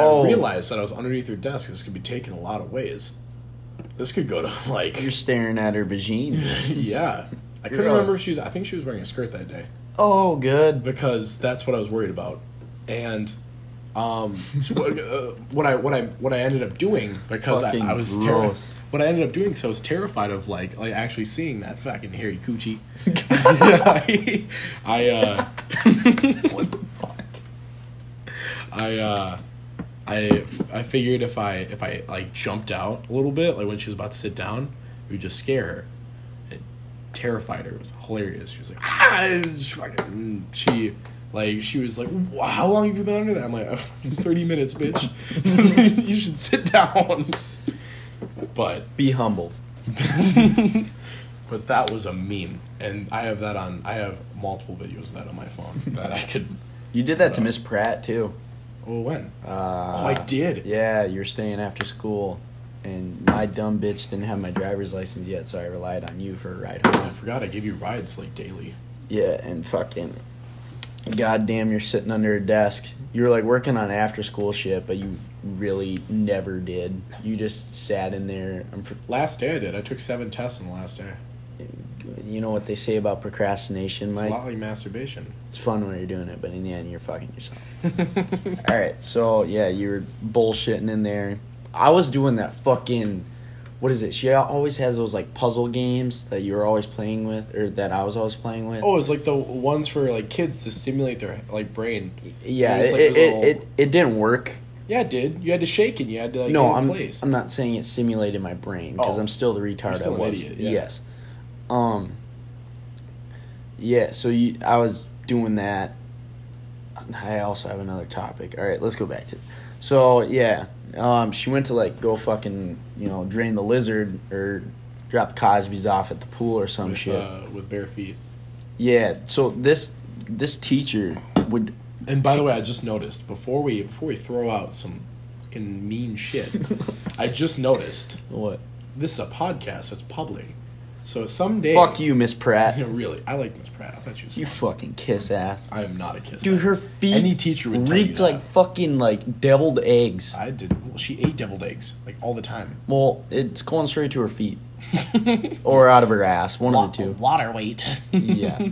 Speaker 2: Oh.
Speaker 1: I realized that I was underneath her desk. and This could be taken a lot of ways. This could go to like
Speaker 2: You're staring at her vagina.
Speaker 1: yeah. I couldn't
Speaker 2: Gross.
Speaker 1: remember if she was. I think she was wearing a skirt that day
Speaker 2: oh, good.
Speaker 1: because that's what I was worried about. And um, so what, uh, what I what I what I ended up doing because I,
Speaker 2: Fucking
Speaker 1: I was terri-
Speaker 2: gross.
Speaker 1: what I ended up doing because I was terrified of like like actually seeing that fucking hairy coochie. I, I uh, what the fuck? I uh, I I figured if I if I like jumped out a little bit like when she was about to sit down, it would just scare her terrified her. It was hilarious. She was like, ah, and she fucking, she, like, she was like, wow, how long have you been under that? I'm like, "Uh, 30 minutes, bitch. you should sit down. But,
Speaker 2: Be humble.
Speaker 1: but that was a meme. And I have that on, I have multiple videos of that on my phone that I could,
Speaker 2: You did
Speaker 1: Uh,
Speaker 2: that to Miss Pratt too.
Speaker 1: oh, when?
Speaker 2: Uh,
Speaker 1: oh, I did.
Speaker 2: Yeah, you're staying after school, and my dumb bitch didn't have my driver's license yet, so I relied on you for a ride
Speaker 1: I
Speaker 2: home.
Speaker 1: forgot I gave you rides like daily.
Speaker 2: Yeah, and fucking, goddamn, you're sitting under a desk. You were like working on after school shit, but you really never did. You just sat in there. I'm pr-
Speaker 1: Last day I did. I took seven tests on the last day.
Speaker 2: you know what they say about procrastination,
Speaker 1: It's
Speaker 2: Mike?
Speaker 1: a lot like masturbation.
Speaker 2: It's fun when you're doing it, but in the end, you're fucking yourself. All right, so yeah, you were bullshitting in there. I was doing that fucking. What is it? She always has those like puzzle games that you were always playing with, or that I was always playing with.
Speaker 1: Oh, it's like the ones for like kids to stimulate their like brain.
Speaker 2: yeah,
Speaker 1: it was
Speaker 2: it,
Speaker 1: like
Speaker 2: it,
Speaker 1: those little-
Speaker 2: it, it, didn't work.
Speaker 1: Yeah, it did. You had to shake and you had to like
Speaker 2: no,
Speaker 1: get in
Speaker 2: I'm
Speaker 1: place.
Speaker 2: I'm not saying it simulated my brain because
Speaker 1: Oh.
Speaker 2: I'm still the retard
Speaker 1: still
Speaker 2: I
Speaker 1: an
Speaker 2: was.
Speaker 1: idiot, yeah.
Speaker 2: Yes. Um. Yeah. So you, I was doing that. I also have another topic. All right, let's go back to. So yeah, um, she went to like go fucking you know drain the lizard or drop Cosby's off at the pool or some
Speaker 1: with,
Speaker 2: shit.
Speaker 1: uh, with bare feet.
Speaker 2: yeah. So this this teacher would
Speaker 1: And by the way, I just noticed before we before we throw out some fucking mean shit, I just noticed
Speaker 2: what
Speaker 1: this is a podcast. so It's public, So someday.
Speaker 2: Fuck you, Miss Pratt.
Speaker 1: Yeah, really, I like Miss Pratt. I thought she was.
Speaker 2: You
Speaker 1: fun.
Speaker 2: fucking kiss ass.
Speaker 1: I am not a kisser.
Speaker 2: Dude, her feet
Speaker 1: Any teacher would tell you
Speaker 2: reeked like
Speaker 1: that.
Speaker 2: fucking like deviled eggs.
Speaker 1: I did. Well, she ate deviled eggs like all the time.
Speaker 2: Well, it's going straight to her feet. or out of her ass, one of the two.
Speaker 1: Water weight.
Speaker 2: yeah.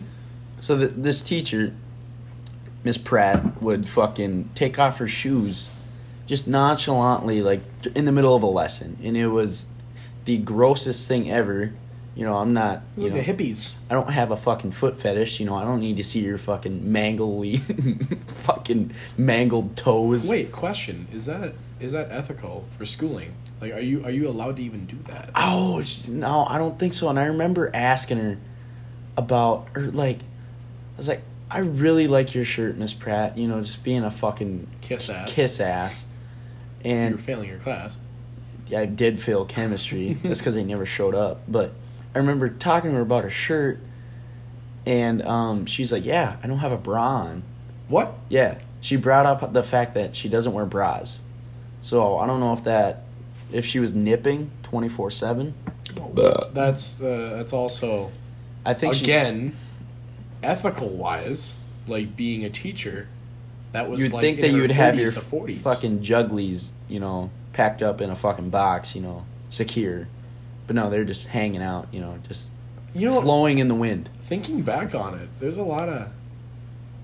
Speaker 2: So th- this teacher, Miss Pratt, would fucking take off her shoes, just nonchalantly, like d- in the middle of a lesson, and it was the grossest thing ever. You know, I'm not.
Speaker 1: It's
Speaker 2: you
Speaker 1: like
Speaker 2: know,
Speaker 1: the hippies.
Speaker 2: I don't have a fucking foot fetish. You know, I don't need to see your fucking mangly, fucking mangled toes.
Speaker 1: Wait, question: Is that is that ethical for schooling? Like, are you are you allowed to even do that?
Speaker 2: Oh sh- no, I don't think so. And I remember asking her about her like I was like, I really like your shirt, Miss Pratt, you know, just being a fucking
Speaker 1: Kiss ass.
Speaker 2: kiss ass.
Speaker 1: so you're
Speaker 2: And
Speaker 1: failing your class.
Speaker 2: I did fail chemistry. That's because they never showed up. But I remember talking to her about her shirt and um, she's like, Yeah, I don't have a bra on.
Speaker 1: What?
Speaker 2: Yeah. She brought up the fact that she doesn't wear bras. So I don't know if that if she was nipping twenty four seven.
Speaker 1: That's uh, that's also
Speaker 2: I think she's-
Speaker 1: again, ethical wise, like being a teacher, that was
Speaker 2: you'd
Speaker 1: like
Speaker 2: think
Speaker 1: in
Speaker 2: that
Speaker 1: her
Speaker 2: you would have
Speaker 1: 30s
Speaker 2: your
Speaker 1: to 40s.
Speaker 2: fucking jugglies, you know, packed up in a fucking box, you know, secure. But no, they're just hanging out, you know, just
Speaker 1: you know what?
Speaker 2: flowing in the wind.
Speaker 1: thinking back on it, there's a lot of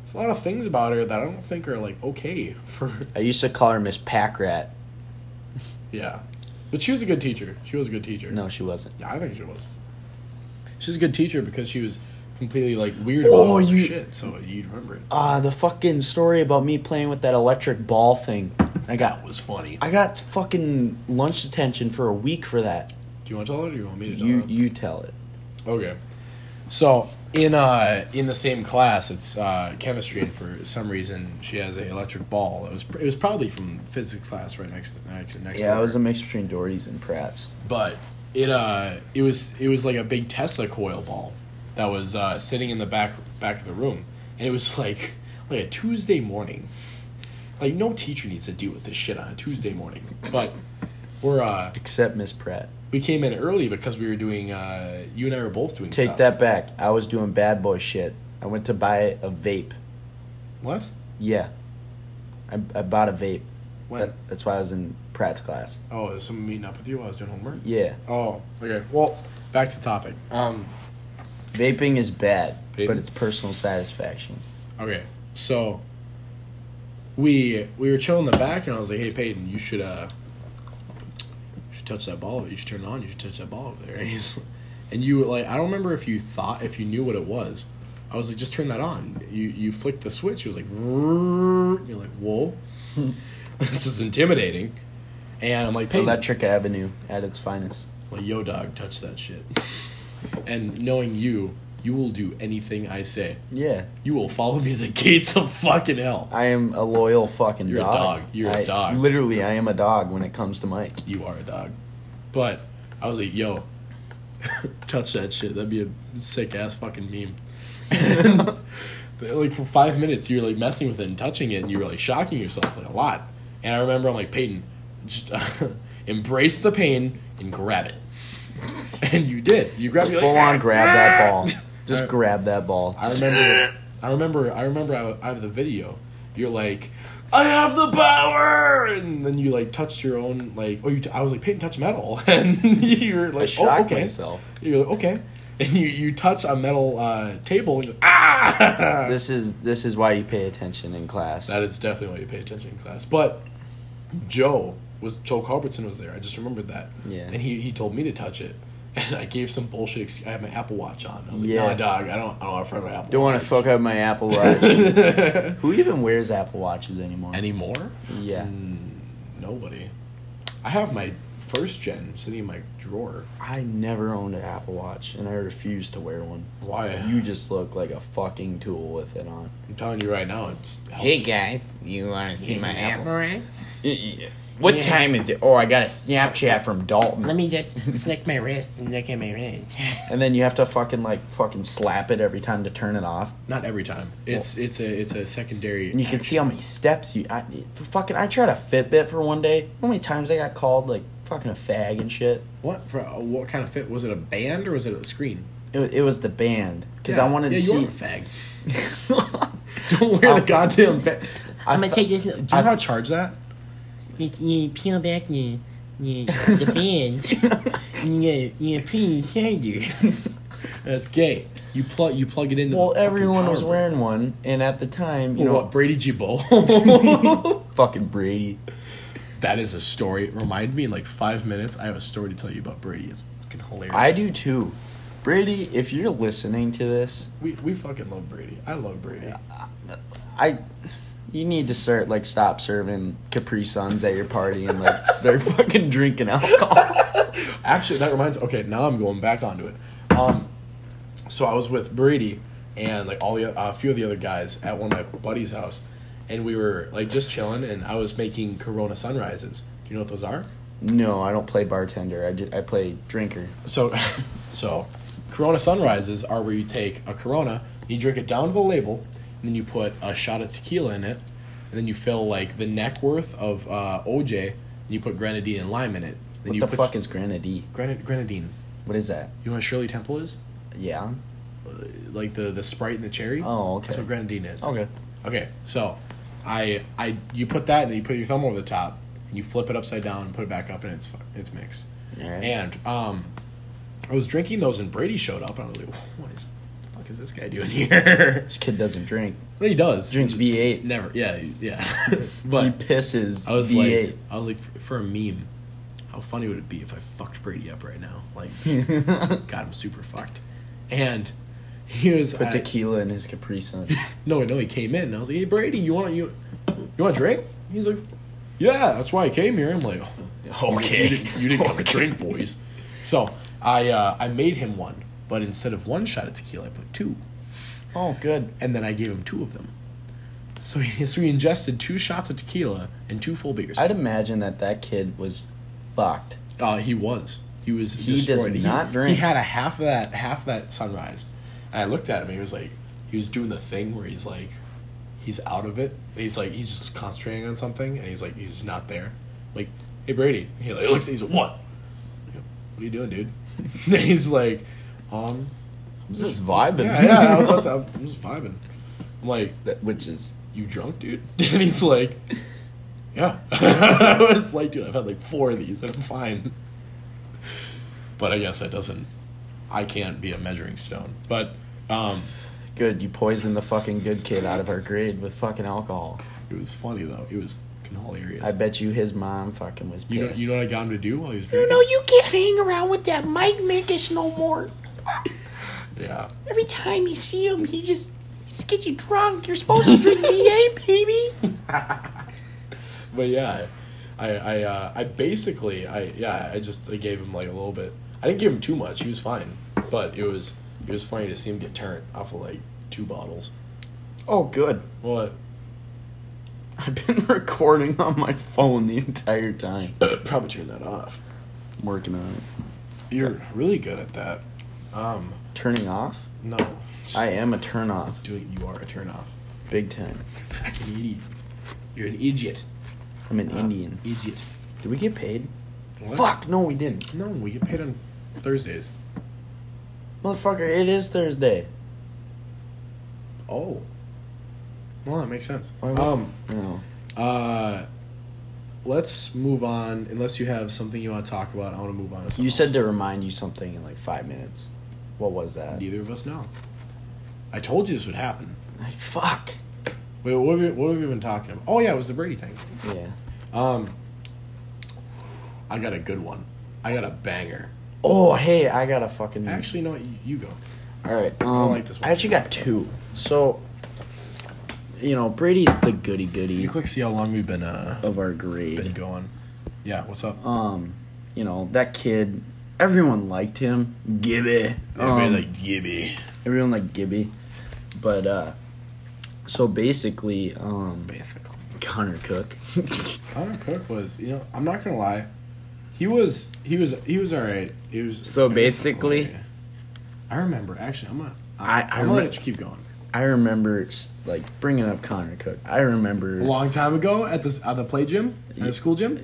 Speaker 1: there's a lot of things about her that I don't think are like okay for
Speaker 2: I used to call her Miss Pack Rat.
Speaker 1: yeah. But she was a good teacher. She was a good teacher.
Speaker 2: No, she wasn't.
Speaker 1: Yeah, I think she was. She was a good teacher because she was completely like weird about
Speaker 2: Oh,
Speaker 1: all her
Speaker 2: you-
Speaker 1: shit, so you'd remember it.
Speaker 2: Ah, the fucking story about me playing with that electric ball thing. I
Speaker 1: That
Speaker 2: got
Speaker 1: was funny.
Speaker 2: I got fucking lunch detention for a week for that.
Speaker 1: do you want to tell her or do you want me to tell
Speaker 2: You
Speaker 1: her?
Speaker 2: you tell it.
Speaker 1: Okay. So in uh in the same class, it's uh, chemistry, and for some reason she has an electric ball. It was pr- it was probably from physics class right next next next.
Speaker 2: Yeah, it was
Speaker 1: over.
Speaker 2: a mix between Doherty's and Pratt's.
Speaker 1: but it uh it was it was like a big Tesla coil ball that was uh, sitting in the back back of the room, and it was like like a Tuesday morning. Like no teacher needs to deal with this shit on a Tuesday morning, but we're uh
Speaker 2: Except Miss Pratt.
Speaker 1: we came in early because we were doing uh you and I were both doing
Speaker 2: Take
Speaker 1: stuff.
Speaker 2: that back. I was doing bad boy shit. I went to buy a vape.
Speaker 1: what
Speaker 2: Yeah. I, I bought a vape.
Speaker 1: when.
Speaker 2: That, that's why I was in Pratt's class.
Speaker 1: Oh, is someone meeting up with you while I was doing homework?
Speaker 2: Yeah.
Speaker 1: Oh, okay. Well, back to the topic. Um,
Speaker 2: Vaping is bad,
Speaker 1: Vaping.
Speaker 2: but it's personal satisfaction.
Speaker 1: okay. So we we were chilling in the back, and I was like, "Hey, Peyton, you should uh, you should touch that ball. You should turn it on. You should touch that ball over there." And, he's, and you were like, I don't remember if you thought if you knew what it was. I was like, "Just turn that on." You you flicked the switch. It was like, "Rrrr." you're like, "Whoa, this is intimidating." And I'm like, "Peyton,
Speaker 2: Electric Avenue at its finest.
Speaker 1: Like, yo, dog, touch that shit. and knowing you, you will do anything I say.
Speaker 2: Yeah.
Speaker 1: You will follow me to the gates of fucking hell.
Speaker 2: I am a loyal fucking
Speaker 1: You're a
Speaker 2: dog.
Speaker 1: dog. You're a
Speaker 2: I-
Speaker 1: dog.
Speaker 2: Literally, I am a dog when it comes to Mike.
Speaker 1: You are a dog. But I was like, yo, touch that shit. That'd be a sick ass fucking meme. And, like for five minutes, you were like messing with it and touching it, and you were like shocking yourself like a lot. And I remember I'm like, Peyton, just embrace the pain and grab it. and you did. You grabbed. it, you're like, "Ah,
Speaker 2: Full on grab that ball. Just
Speaker 1: I-
Speaker 2: grab that ball.
Speaker 1: I
Speaker 2: Just- eh.
Speaker 1: remember. I remember. I remember. I, I have the video. You're like, I have the power, and then you like touched your own like. Oh, you t- I was like Peyton touch metal, and you're
Speaker 2: I
Speaker 1: like,
Speaker 2: shocked
Speaker 1: oh, okay.
Speaker 2: myself.
Speaker 1: You're like, okay, and you you touch a metal uh, table, and you're like, ah.
Speaker 2: This is this is why you pay attention in class.
Speaker 1: That is definitely why you pay attention in class. But Joe was Joe Culbertson was there. I just remembered that.
Speaker 2: Yeah.
Speaker 1: And he, he told me to touch it. And I gave some bullshit. Ex- I had my Apple Watch on. I was like,
Speaker 2: Yeah.
Speaker 1: nah, dog. I don't. I don't want to friend my Apple.
Speaker 2: Don't want to fuck up my Apple Watch.
Speaker 1: Watch.
Speaker 2: Who even wears Apple Watches anymore?
Speaker 1: anymore.
Speaker 2: yeah.
Speaker 1: Nobody. I have my first gen sitting in my drawer.
Speaker 2: I never owned an Apple Watch and I refuse to wear one.
Speaker 1: Why?
Speaker 2: You just look like a fucking tool with it on.
Speaker 1: I'm telling you right now, it's
Speaker 4: Hey guys, you want to see my apple rays?
Speaker 2: What
Speaker 4: Yeah.
Speaker 2: time is it? Oh, I got a Snapchat from Dalton.
Speaker 4: Let me just flick my wrist and look at my wrist.
Speaker 2: And then you have to fucking like fucking slap it every time to turn it off.
Speaker 1: not every time. It's it's a it's a secondary.
Speaker 2: And you can see how many steps you. I fucking. I tried a Fitbit for one day. How many times I got called like fucking a fag and shit.
Speaker 1: What for? uh, What kind of fit was it? A band or was it a screen?
Speaker 2: It, wa- it was the band because I
Speaker 1: Yeah,
Speaker 2: wanted
Speaker 1: yeah,
Speaker 2: to
Speaker 1: you
Speaker 2: see.
Speaker 1: are a fag. Don't wear
Speaker 2: I'll-
Speaker 1: the goddamn. Fa-
Speaker 2: I
Speaker 4: I'm gonna
Speaker 2: th-
Speaker 4: take this.
Speaker 1: Do you know how to charge that?
Speaker 4: You, you peel back the, the, the band. you, you peel the charger.
Speaker 1: That's gay. You plug you plug it into.
Speaker 2: Well,
Speaker 1: the fucking
Speaker 2: everyone
Speaker 1: power
Speaker 2: was
Speaker 1: brick.
Speaker 2: wearing one, and at the time, you
Speaker 1: Well,
Speaker 2: know,
Speaker 1: what Brady G. Bull?
Speaker 2: fucking Brady.
Speaker 1: that is a story. Remind me in like five minutes. I have a story to tell you about Brady. It's fucking hilarious.
Speaker 2: I do too. Brady, if you're listening to this,
Speaker 1: We we fucking love Brady. I love Brady.
Speaker 2: I you need to start like stop serving Capri Suns at your party and like start fucking drinking alcohol.
Speaker 1: Actually, that reminds. Okay, now I'm going back onto it. Um, so I was with Brady and like all the uh, a few of the other guys at one of my buddies' house, and we were like just chilling, and I was making Corona sunrises. Do you know what those are?
Speaker 2: No, I don't play bartender. I ju- I play drinker.
Speaker 1: So, so Corona sunrises are where you take a Corona, you drink it down to the label, and then you put a shot of tequila in it, and then you fill like the neck worth of uh, OJ, and you put grenadine and lime in it. Then
Speaker 2: What
Speaker 1: you
Speaker 2: the
Speaker 1: put
Speaker 2: fuck is grenadine?
Speaker 1: grenad- grenadine?
Speaker 2: What is that?
Speaker 1: You know what Shirley Temple is?
Speaker 2: Yeah.
Speaker 1: like the the sprite and the cherry.
Speaker 2: Oh, okay.
Speaker 1: That's what grenadine is.
Speaker 2: Okay.
Speaker 1: Okay. So, I I you put that and then you put your thumb over the top and you flip it upside down and put it back up and it's fu- it's mixed.
Speaker 2: Alright.
Speaker 1: And um, I was drinking those and Brady showed up and I was like, what is the fuck is this guy doing here?
Speaker 2: This kid doesn't drink.
Speaker 1: well, he does.
Speaker 2: Drinks V8.
Speaker 1: Never. Yeah. Yeah.
Speaker 2: he
Speaker 1: but
Speaker 2: pisses
Speaker 1: I was
Speaker 2: V8.
Speaker 1: like, I was like, for, for a meme, how funny would it be if I fucked Brady up right now? Like, got him super fucked. And he was
Speaker 2: Put
Speaker 1: I-
Speaker 2: tequila in his Capri Sun.
Speaker 1: No, no, he came in. And I was like, "Hey, Brady, you want you, you want a drink?" He's like, "Yeah, that's why I came here." I'm like, "Oh,
Speaker 2: Okay.
Speaker 1: you, didn't, you didn't come to drink, boys." So I uh, I made him one, but instead of one shot of tequila, I put two,
Speaker 2: oh, good.
Speaker 1: and then I gave him two of them. So he, so he ingested two shots of tequila and two full beers.
Speaker 2: I'd imagine that that kid was fucked.
Speaker 1: Uh, he was. He was.
Speaker 2: He does
Speaker 1: destroyed.
Speaker 2: not
Speaker 1: he,
Speaker 2: drink.
Speaker 1: He had a half of that half of that sunrise, and I looked at him. He was like, he was doing the thing where he's like, he's out of it. He's like, he's just concentrating on something, and he's like, he's just not there. Like, hey Brady, he like, looks. at- He's like, what? What are you doing, dude? and he's like, um,
Speaker 2: Was this vibing?
Speaker 1: yeah, yeah. I was, about to- I'm just vibing. I'm like,
Speaker 2: That- Which is
Speaker 1: you drunk, dude? And he's like, yeah. I was like, dude, I've had like four of these and I'm fine. But I guess that doesn't, I can't be a measuring stone. But um,
Speaker 2: good. You poisoned the fucking good kid out of our grade with fucking alcohol.
Speaker 1: it was funny though. It was fucking hilarious.
Speaker 2: I bet you his mom fucking was pissed.
Speaker 1: You know, you know what I got him to do while he was drinking?
Speaker 4: you can't hang around with that Mike Minkish no more.
Speaker 1: yeah.
Speaker 4: Every time you see him, he just, just gets you drunk. You're supposed to drink VA, baby.
Speaker 1: But yeah, I, I, uh, I basically, I, yeah, I just I gave him like a little bit. I didn't give him too much. He was fine. But it was, it was funny to see him get turned off of like two bottles.
Speaker 2: oh, good.
Speaker 1: What?
Speaker 2: I've been recording on my phone the entire time.
Speaker 1: Probably turn that off.
Speaker 2: Working on it.
Speaker 1: You're really good at that. Um,
Speaker 2: Turning off?
Speaker 1: no. Just
Speaker 2: I am a turn off.
Speaker 1: doing you are a turn off.
Speaker 2: Big time.
Speaker 1: Fucking idiot. You're an idiot.
Speaker 2: I'm an Indian.
Speaker 1: Idiot.
Speaker 2: Did we get paid?
Speaker 1: What?
Speaker 2: Fuck, no, we didn't.
Speaker 1: No, we get paid on Thursdays.
Speaker 2: Motherfucker, it is Thursday.
Speaker 1: Oh. Well, that makes sense.
Speaker 2: Why would-
Speaker 1: Um
Speaker 2: No.
Speaker 1: uh let's move on unless you have something you want to talk about. I want to move on to something.
Speaker 2: You
Speaker 1: else.
Speaker 2: said to remind you something in like five minutes. What was that?
Speaker 1: neither of us know. I told you this would happen.
Speaker 2: Like, fuck.
Speaker 1: Wait, what have we, what have we been talking about? Oh yeah, it was the Brady thing.
Speaker 2: Yeah.
Speaker 1: Um I got a good one. I got a banger.
Speaker 2: Oh, hey, I got a fucking.
Speaker 1: Actually, no, you, you go.
Speaker 2: all right. Um,
Speaker 1: don't
Speaker 2: I,
Speaker 1: like this one.
Speaker 2: actually got two. So, you know, Brady's the goody
Speaker 1: You
Speaker 2: goody
Speaker 1: quick see how long we've been uh
Speaker 2: of our
Speaker 1: been
Speaker 2: grade.
Speaker 1: going. Yeah, what's up?
Speaker 2: Um, you know that kid. Everyone liked him. Gibby. Um,
Speaker 1: Gibby.
Speaker 2: everyone liked Gibby, but uh, so basically, um,
Speaker 1: Basically,
Speaker 2: Connor Cook.
Speaker 1: Connor Cook was. You know, I'm not gonna lie. He was. He was. He was all right. He was.
Speaker 2: So basically-
Speaker 1: I remember. Actually, I'm gonna.
Speaker 2: I I,
Speaker 1: I'm gonna
Speaker 2: re-
Speaker 1: let you keep going.
Speaker 2: I remember like bringing up Connor Cook. I remember
Speaker 1: A long time ago at the at the play gym, at the school gym.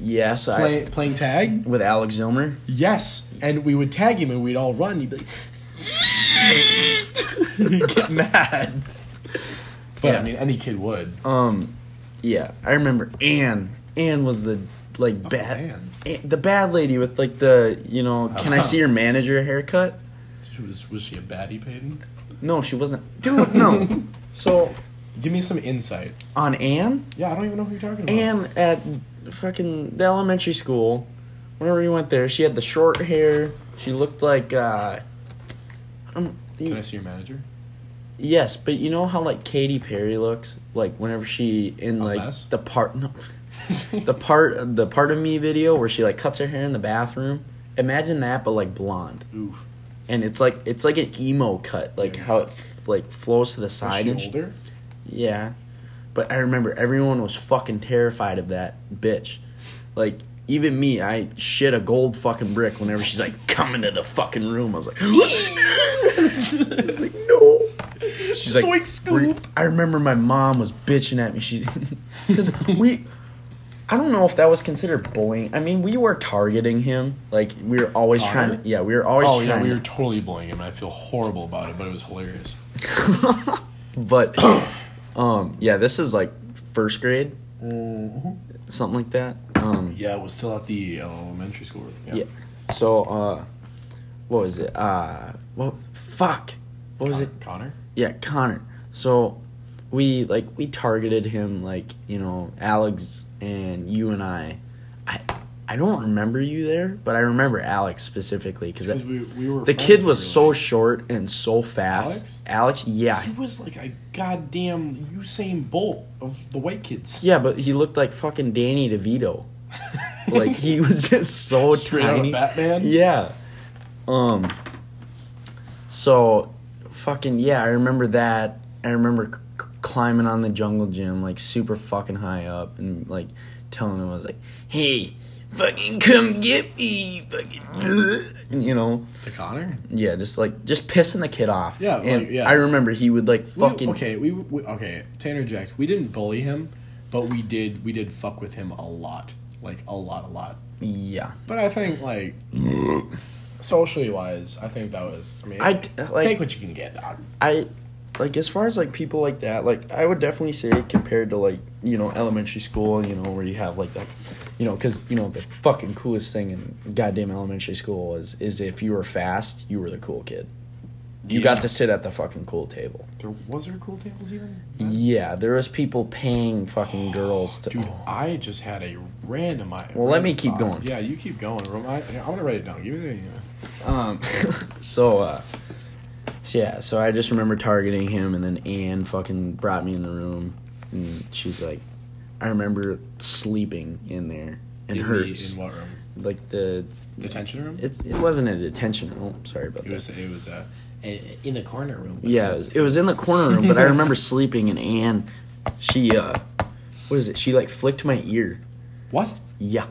Speaker 2: Yes,
Speaker 1: Play,
Speaker 2: I
Speaker 1: playing tag?
Speaker 2: with Alex Zilmer.
Speaker 1: Yes. And we would tag him and we'd all run. He'd be like, he'd get mad. But
Speaker 2: Yeah.
Speaker 1: I mean, any kid would.
Speaker 2: Um, yeah, I remember Anne. Anne Oh, was the like bad,
Speaker 1: Anne?
Speaker 2: Ann- Oh. the bad lady with like the you know, can I see your manager haircut?
Speaker 1: She was, was she a baddie, Peyton?
Speaker 2: No, she wasn't. Dude, no. so
Speaker 1: Give me some insight.
Speaker 2: on Anne,
Speaker 1: Yeah, I don't even know who you're talking about.
Speaker 2: Anne at fucking the elementary school, whenever you went there, she had the short hair. She looked like uh, I don't.
Speaker 1: Can I see your manager?
Speaker 2: Yes, but you know how like Katy Perry looks like whenever she in like
Speaker 1: mess?
Speaker 2: the part no, the part the part of me video where she like cuts her hair in the bathroom. Imagine that, but like blonde,
Speaker 1: Oof.
Speaker 2: and it's like it's like an emo cut, like
Speaker 1: Yes.
Speaker 2: how it f- like flows to the
Speaker 1: Was
Speaker 2: side.
Speaker 1: she
Speaker 2: and sh-
Speaker 1: older?
Speaker 2: yeah, but I remember everyone was fucking terrified of that bitch. Like even me, I shit a gold fucking brick whenever she's like come into the fucking room. I was like, I was like no. She's like,
Speaker 1: Zoink scoop.
Speaker 2: "Re- I remember my mom was bitching at me. She, because we, I don't know if that was considered bullying. I mean, we were targeting him. Like we were always
Speaker 1: Connor?
Speaker 2: trying. To, yeah, we were always
Speaker 1: Oh,
Speaker 2: trying.
Speaker 1: yeah, we
Speaker 2: to-
Speaker 1: were totally bullying him, and I feel horrible about it, but it was hilarious.
Speaker 2: But um yeah, this is like first grade.
Speaker 1: Mm-hmm.
Speaker 2: Something like that. Um
Speaker 1: Yeah, it was still at the elementary school.
Speaker 2: yeah. So uh what was it? Uh what fuck. What was it?
Speaker 1: Connor?
Speaker 2: Yeah, Connor. So we like we targeted him like, you know, Alex and you and I. I I don't remember you there, but I remember Alex specifically cuz
Speaker 1: Because we, we were
Speaker 2: the
Speaker 1: friends,
Speaker 2: kid was so
Speaker 1: really.
Speaker 2: short and so fast.
Speaker 1: Alex?
Speaker 2: Alex yeah.
Speaker 1: He was like a goddamn Usain Bolt of the white kids.
Speaker 2: Yeah, but he looked like fucking Danny DeVito. like he was just so
Speaker 1: Straight out of
Speaker 2: tiny.
Speaker 1: Batman?
Speaker 2: Yeah. Um. So, fucking yeah, I remember that. I remember c- climbing on the jungle gym like super fucking high up and like telling him I was like, "Hey, fucking come get me, you fucking," you know.
Speaker 1: To Connor?
Speaker 2: Yeah, just like just pissing the kid off.
Speaker 1: Yeah, like,
Speaker 2: and
Speaker 1: yeah.
Speaker 2: I remember he would like
Speaker 1: We-
Speaker 2: fucking.
Speaker 1: okay, we, we okay. Tanner Jack, we didn't bully him, but we did we did fuck with him a lot, like a lot, a lot.
Speaker 2: Yeah.
Speaker 1: But I think like socially wise, I think that was. I mean,
Speaker 2: I d- like-
Speaker 1: take what you can get, dog.
Speaker 2: I like as far as like people like that, like I would definitely say compared to like, you know, elementary school, you know, where you have like that you know, cuz you know, the fucking coolest thing in goddamn elementary school was is if you were fast, you were the cool kid. You got
Speaker 1: Yeah.
Speaker 2: to sit at the fucking cool table.
Speaker 1: There was there cool tables even.
Speaker 2: Yeah, there was people paying fucking girls to
Speaker 1: Dude, I just had a random. Well,
Speaker 2: Well, let me keep going.
Speaker 1: Yeah, you keep going. Rom- I, I'm gonna write it down. Give me the. uh,
Speaker 2: Um, so, uh, so yeah, so I just remember targeting him, and then Anne fucking brought me in the room, and she's like, I remember sleeping in there, and
Speaker 1: in,
Speaker 2: her
Speaker 1: the, in what room?
Speaker 2: like the
Speaker 1: Detention room.
Speaker 2: it's it wasn't a detention room. Sorry about
Speaker 1: It
Speaker 2: that.
Speaker 1: was. It was uh, a- in the corner room.
Speaker 2: Yeah,
Speaker 1: because-
Speaker 2: it was in the corner room, but I remember sleeping, and Anne, she uh, what is it? She like flicked my ear.
Speaker 1: What?
Speaker 2: Yeah,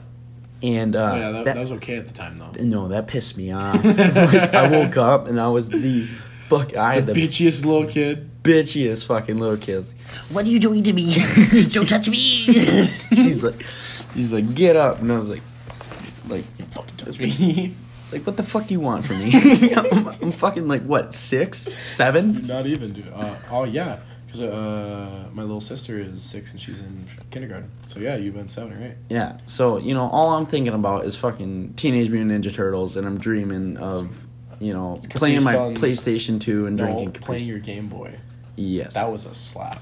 Speaker 2: and uh,
Speaker 1: Oh, yeah, that,
Speaker 2: that-
Speaker 1: that was okay at the time though.
Speaker 2: no, that pissed me off. like, I woke up and I was the fuck. I had the,
Speaker 1: Bitchiest little kid.
Speaker 2: bitchiest fucking little kids.
Speaker 4: What are you doing to me? Don't touch me!
Speaker 2: She's like, she's like, get up, and I was like, like, fucking touch me. Like, what the fuck do you want from me? I'm, I'm fucking like what six, seven?
Speaker 1: Not even, dude. Uh, oh yeah, because uh, my little sister is six and she's in kindergarten. So yeah, you've been seven or eight.
Speaker 2: Yeah. So you know, all I'm thinking about is fucking Teenage Mutant Ninja Turtles, and I'm dreaming of. You know,
Speaker 1: Capri
Speaker 2: playing my
Speaker 1: Suns.
Speaker 2: PlayStation 2 and drinking
Speaker 1: No,
Speaker 2: Capri
Speaker 1: playing
Speaker 2: Sun-
Speaker 1: your Game Boy.
Speaker 2: Yes.
Speaker 1: That was a slap.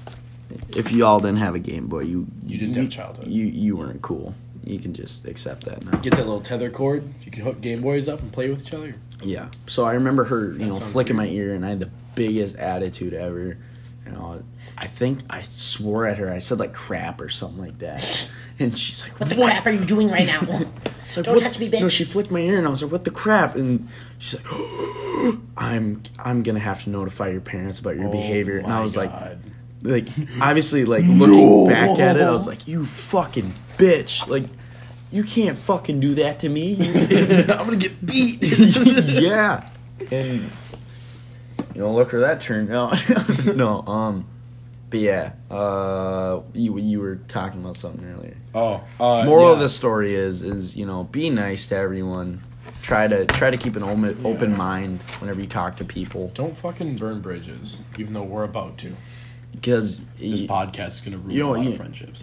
Speaker 2: if you all didn't have a Game Boy, you
Speaker 1: You didn't have childhood.
Speaker 2: You you weren't cool. You can just accept that now.
Speaker 1: Get that little tether cord. You can hook Game Boys up and play with each other.
Speaker 2: Yeah. So I remember her, you
Speaker 1: That
Speaker 2: know,
Speaker 1: sounds
Speaker 2: flicking
Speaker 1: weird.
Speaker 2: my ear, and I had the biggest attitude ever. You know, I think I swore at her. I said like crap or something like that, and she's like, "What
Speaker 4: What
Speaker 2: the
Speaker 4: the crap are you doing right now?
Speaker 2: It's like,
Speaker 4: Don't
Speaker 2: "What
Speaker 4: touch me,
Speaker 2: the-" No,
Speaker 4: bitch.
Speaker 2: she flicked my ear, and I was like, "What the crap?" And she's like, "I'm I'm gonna have to notify your parents about your behavior." And I was like, like obviously like looking back at it, I was like, "You fucking bitch!" Like. You can't fucking do that to me.
Speaker 1: I'm gonna get beat.
Speaker 2: yeah. And you know, look where that turned out. no, um But yeah, uh, you you were talking about something earlier.
Speaker 1: Oh, uh,
Speaker 2: Moral of
Speaker 1: yeah.
Speaker 2: the story is is you know be nice to everyone. Try to try to keep an open open mind whenever you talk to people
Speaker 1: Don't fucking burn bridges, even though we're about to.
Speaker 2: because
Speaker 1: This podcast is gonna ruin
Speaker 2: You know
Speaker 1: a
Speaker 2: what,
Speaker 1: lot
Speaker 2: you-
Speaker 1: of friendships.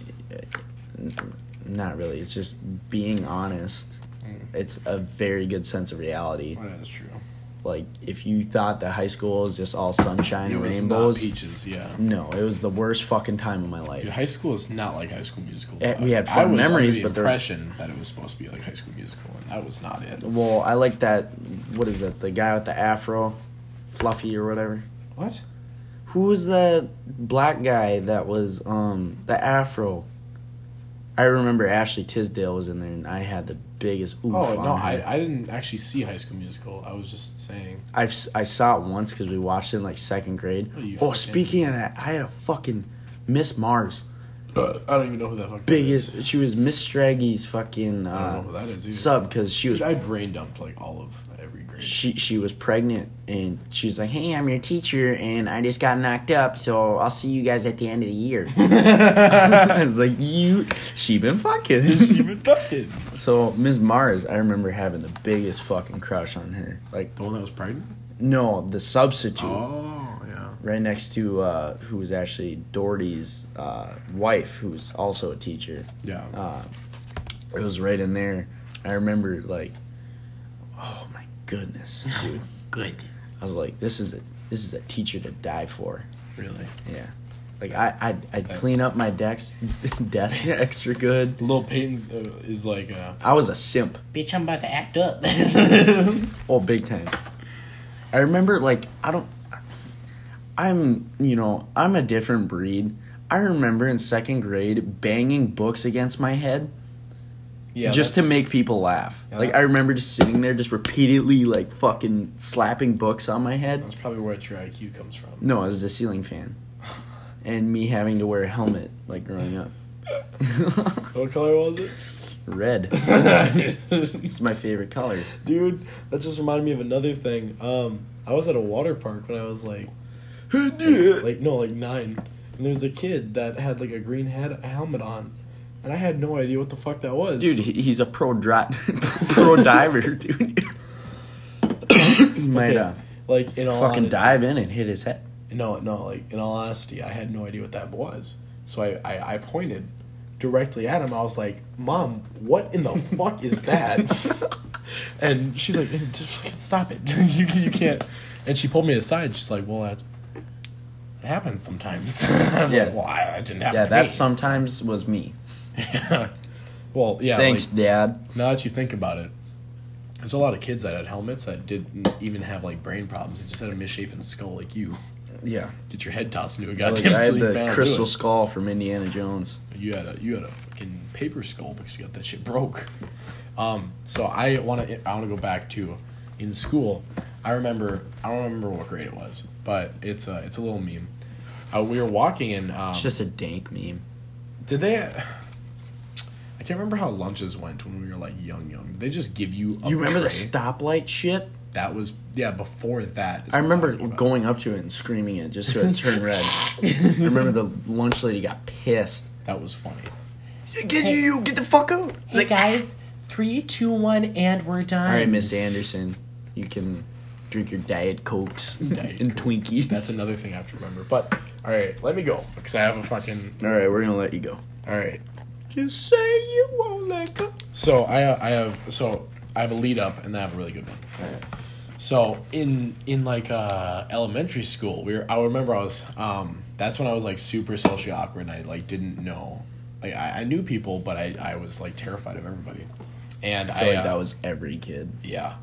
Speaker 2: not really. It's just being honest.
Speaker 1: Mm.
Speaker 2: It's a very good sense of reality.
Speaker 1: Well, that's true.
Speaker 2: Like if you thought that high school was just all sunshine
Speaker 1: It
Speaker 2: and
Speaker 1: was not
Speaker 2: rainbows,
Speaker 1: peaches, yeah.
Speaker 2: no, it was the worst fucking time of my life.
Speaker 1: Dude, high school is not like High School Musical.
Speaker 2: Eh,
Speaker 1: though.
Speaker 2: we had
Speaker 1: I
Speaker 2: fun
Speaker 1: was
Speaker 2: memories,
Speaker 1: under the
Speaker 2: but there was-
Speaker 1: impression that it was supposed to be like High School Musical, and that was not it.
Speaker 2: Well, I like that. What is that? The guy with the afro, fluffy or whatever.
Speaker 1: What?
Speaker 2: Who was that black guy that was um the afro? I remember Ashley Tisdale was in there, and I had the biggest oof.
Speaker 1: Oh
Speaker 2: on
Speaker 1: no,
Speaker 2: her.
Speaker 1: I, I didn't actually see High School Musical. I was just saying.
Speaker 2: I've s- I saw it once because we watched it in like second grade.
Speaker 1: What are you
Speaker 2: Oh,
Speaker 1: fucking-
Speaker 2: speaking of that, I had a fucking Miss Mars.
Speaker 1: I don't even know who that fucking
Speaker 2: Biggest, she was Miss Straggy's fucking
Speaker 1: I don't
Speaker 2: uh,
Speaker 1: know who that is either.
Speaker 2: sub because she was
Speaker 1: Dude, I brain dumped like all of every grade.
Speaker 2: she she was pregnant and she was like, "Hey, I'm your teacher, and I just got knocked up, so I'll see you guys at the end of the year." I was like, "You, she been fucking."
Speaker 1: fucking
Speaker 2: so Ms. Mars, I remember having the biggest fucking crush on her. Like,
Speaker 1: the one that was pregnant.
Speaker 2: no, the substitute
Speaker 1: Oh yeah.
Speaker 2: right next to uh, who was actually Doherty's uh, wife, who's also a teacher.
Speaker 1: Yeah.
Speaker 2: Uh, It was right in there. I remember like, oh my goodness, dude.
Speaker 4: Goodness.
Speaker 2: I was like, this is a this is a teacher to die for.
Speaker 1: really.
Speaker 2: Yeah. Like I I'd, I'd clean up my decks desk extra good.
Speaker 1: Lil Peyton's uh, is like uh,
Speaker 2: I was a simp.
Speaker 4: Bitch, I'm about to act up.
Speaker 2: Oh, big time. I remember like I don't I'm, you know, I'm a different breed. I remember in second grade banging books against my head
Speaker 1: yeah.
Speaker 2: just to
Speaker 1: that's-
Speaker 2: make people laugh.
Speaker 1: Yeah,
Speaker 2: like I
Speaker 1: that's-
Speaker 2: remember just sitting there just repeatedly like fucking slapping books on my head.
Speaker 1: That's probably where your IQ comes from.
Speaker 2: No, it was a ceiling fan. and me having to wear a helmet like growing up.
Speaker 1: What color was it?
Speaker 2: Red. it's my favorite color.
Speaker 1: Dude, that just reminded me of another thing. Um, I was at a water park when I was like, like no, like nine, and there was a kid that had like a green head helmet on, and I had no idea what the fuck that was.
Speaker 2: Dude, he- he's a pro dri- pro diver, dude. he
Speaker 1: Okay,
Speaker 2: might uh,
Speaker 1: like in all
Speaker 2: fucking
Speaker 1: honesty-
Speaker 2: dive in and hit his head.
Speaker 1: No, no, like in all honesty, I had no idea what that was. So I, I, I pointed directly at him. I was like, "Mom, what in the fuck is that?" and she's like, "Just fucking stop it! you you can't." And she pulled me aside. She's like, "Well, that's it happens sometimes." I'm
Speaker 2: Yeah.
Speaker 1: like, "Well, I, that didn't happen."
Speaker 2: Yeah,
Speaker 1: to
Speaker 2: that
Speaker 1: me."
Speaker 2: sometimes was me.
Speaker 1: well, yeah. Thanks.
Speaker 2: Thanks, Dad.
Speaker 1: now that you think about it, there's a lot of kids that had helmets that didn't even have like brain problems. They just had a misshapen skull, like you.
Speaker 2: Yeah.
Speaker 1: Get your head tossed into a
Speaker 2: Like,
Speaker 1: goddamn
Speaker 2: I had
Speaker 1: ceiling fan.
Speaker 2: the
Speaker 1: I'll do
Speaker 2: crystal
Speaker 1: it.
Speaker 2: skull from Indiana Jones.
Speaker 1: You had a you had a fucking paper skull because you got that shit broke. Um, so I want to I want to go back to in school. I remember I don't remember what grade it was, but it's a it's a little meme. Uh, we were walking in. Um,
Speaker 2: It's just a dank meme.
Speaker 1: did they? I can't remember how lunches went when we were like young, young. Did they just give you? A
Speaker 2: You remember the
Speaker 1: tray?
Speaker 2: stoplight shit?
Speaker 1: That was yeah. Before that, is
Speaker 2: I
Speaker 1: what I'm
Speaker 2: remember
Speaker 1: talking about.
Speaker 2: going up to it and screaming it just so it turned red. I remember the lunch lady got pissed.
Speaker 1: That was funny.
Speaker 2: Get you, you get the fuck out!
Speaker 4: hey guys, three, two, one, and we're done.
Speaker 2: All right, Miss Anderson, you can drink your diet cokes
Speaker 1: Diet
Speaker 2: and
Speaker 1: Coke.
Speaker 2: Twinkies.
Speaker 1: That's another thing I have to remember. But all right, let me go because I have a fucking
Speaker 2: All right, we're gonna let you go.
Speaker 1: all right.
Speaker 2: You say you won't let go.
Speaker 1: So I I have so I have a lead up and then I have a really good one. So in in like uh, elementary school, we were, I remember I was um, that's when I was like super socially awkward and I like didn't know like I, I knew people but I, I was like terrified of everybody, and I,
Speaker 2: I feel like
Speaker 1: uh,
Speaker 2: that was every kid.
Speaker 1: yeah,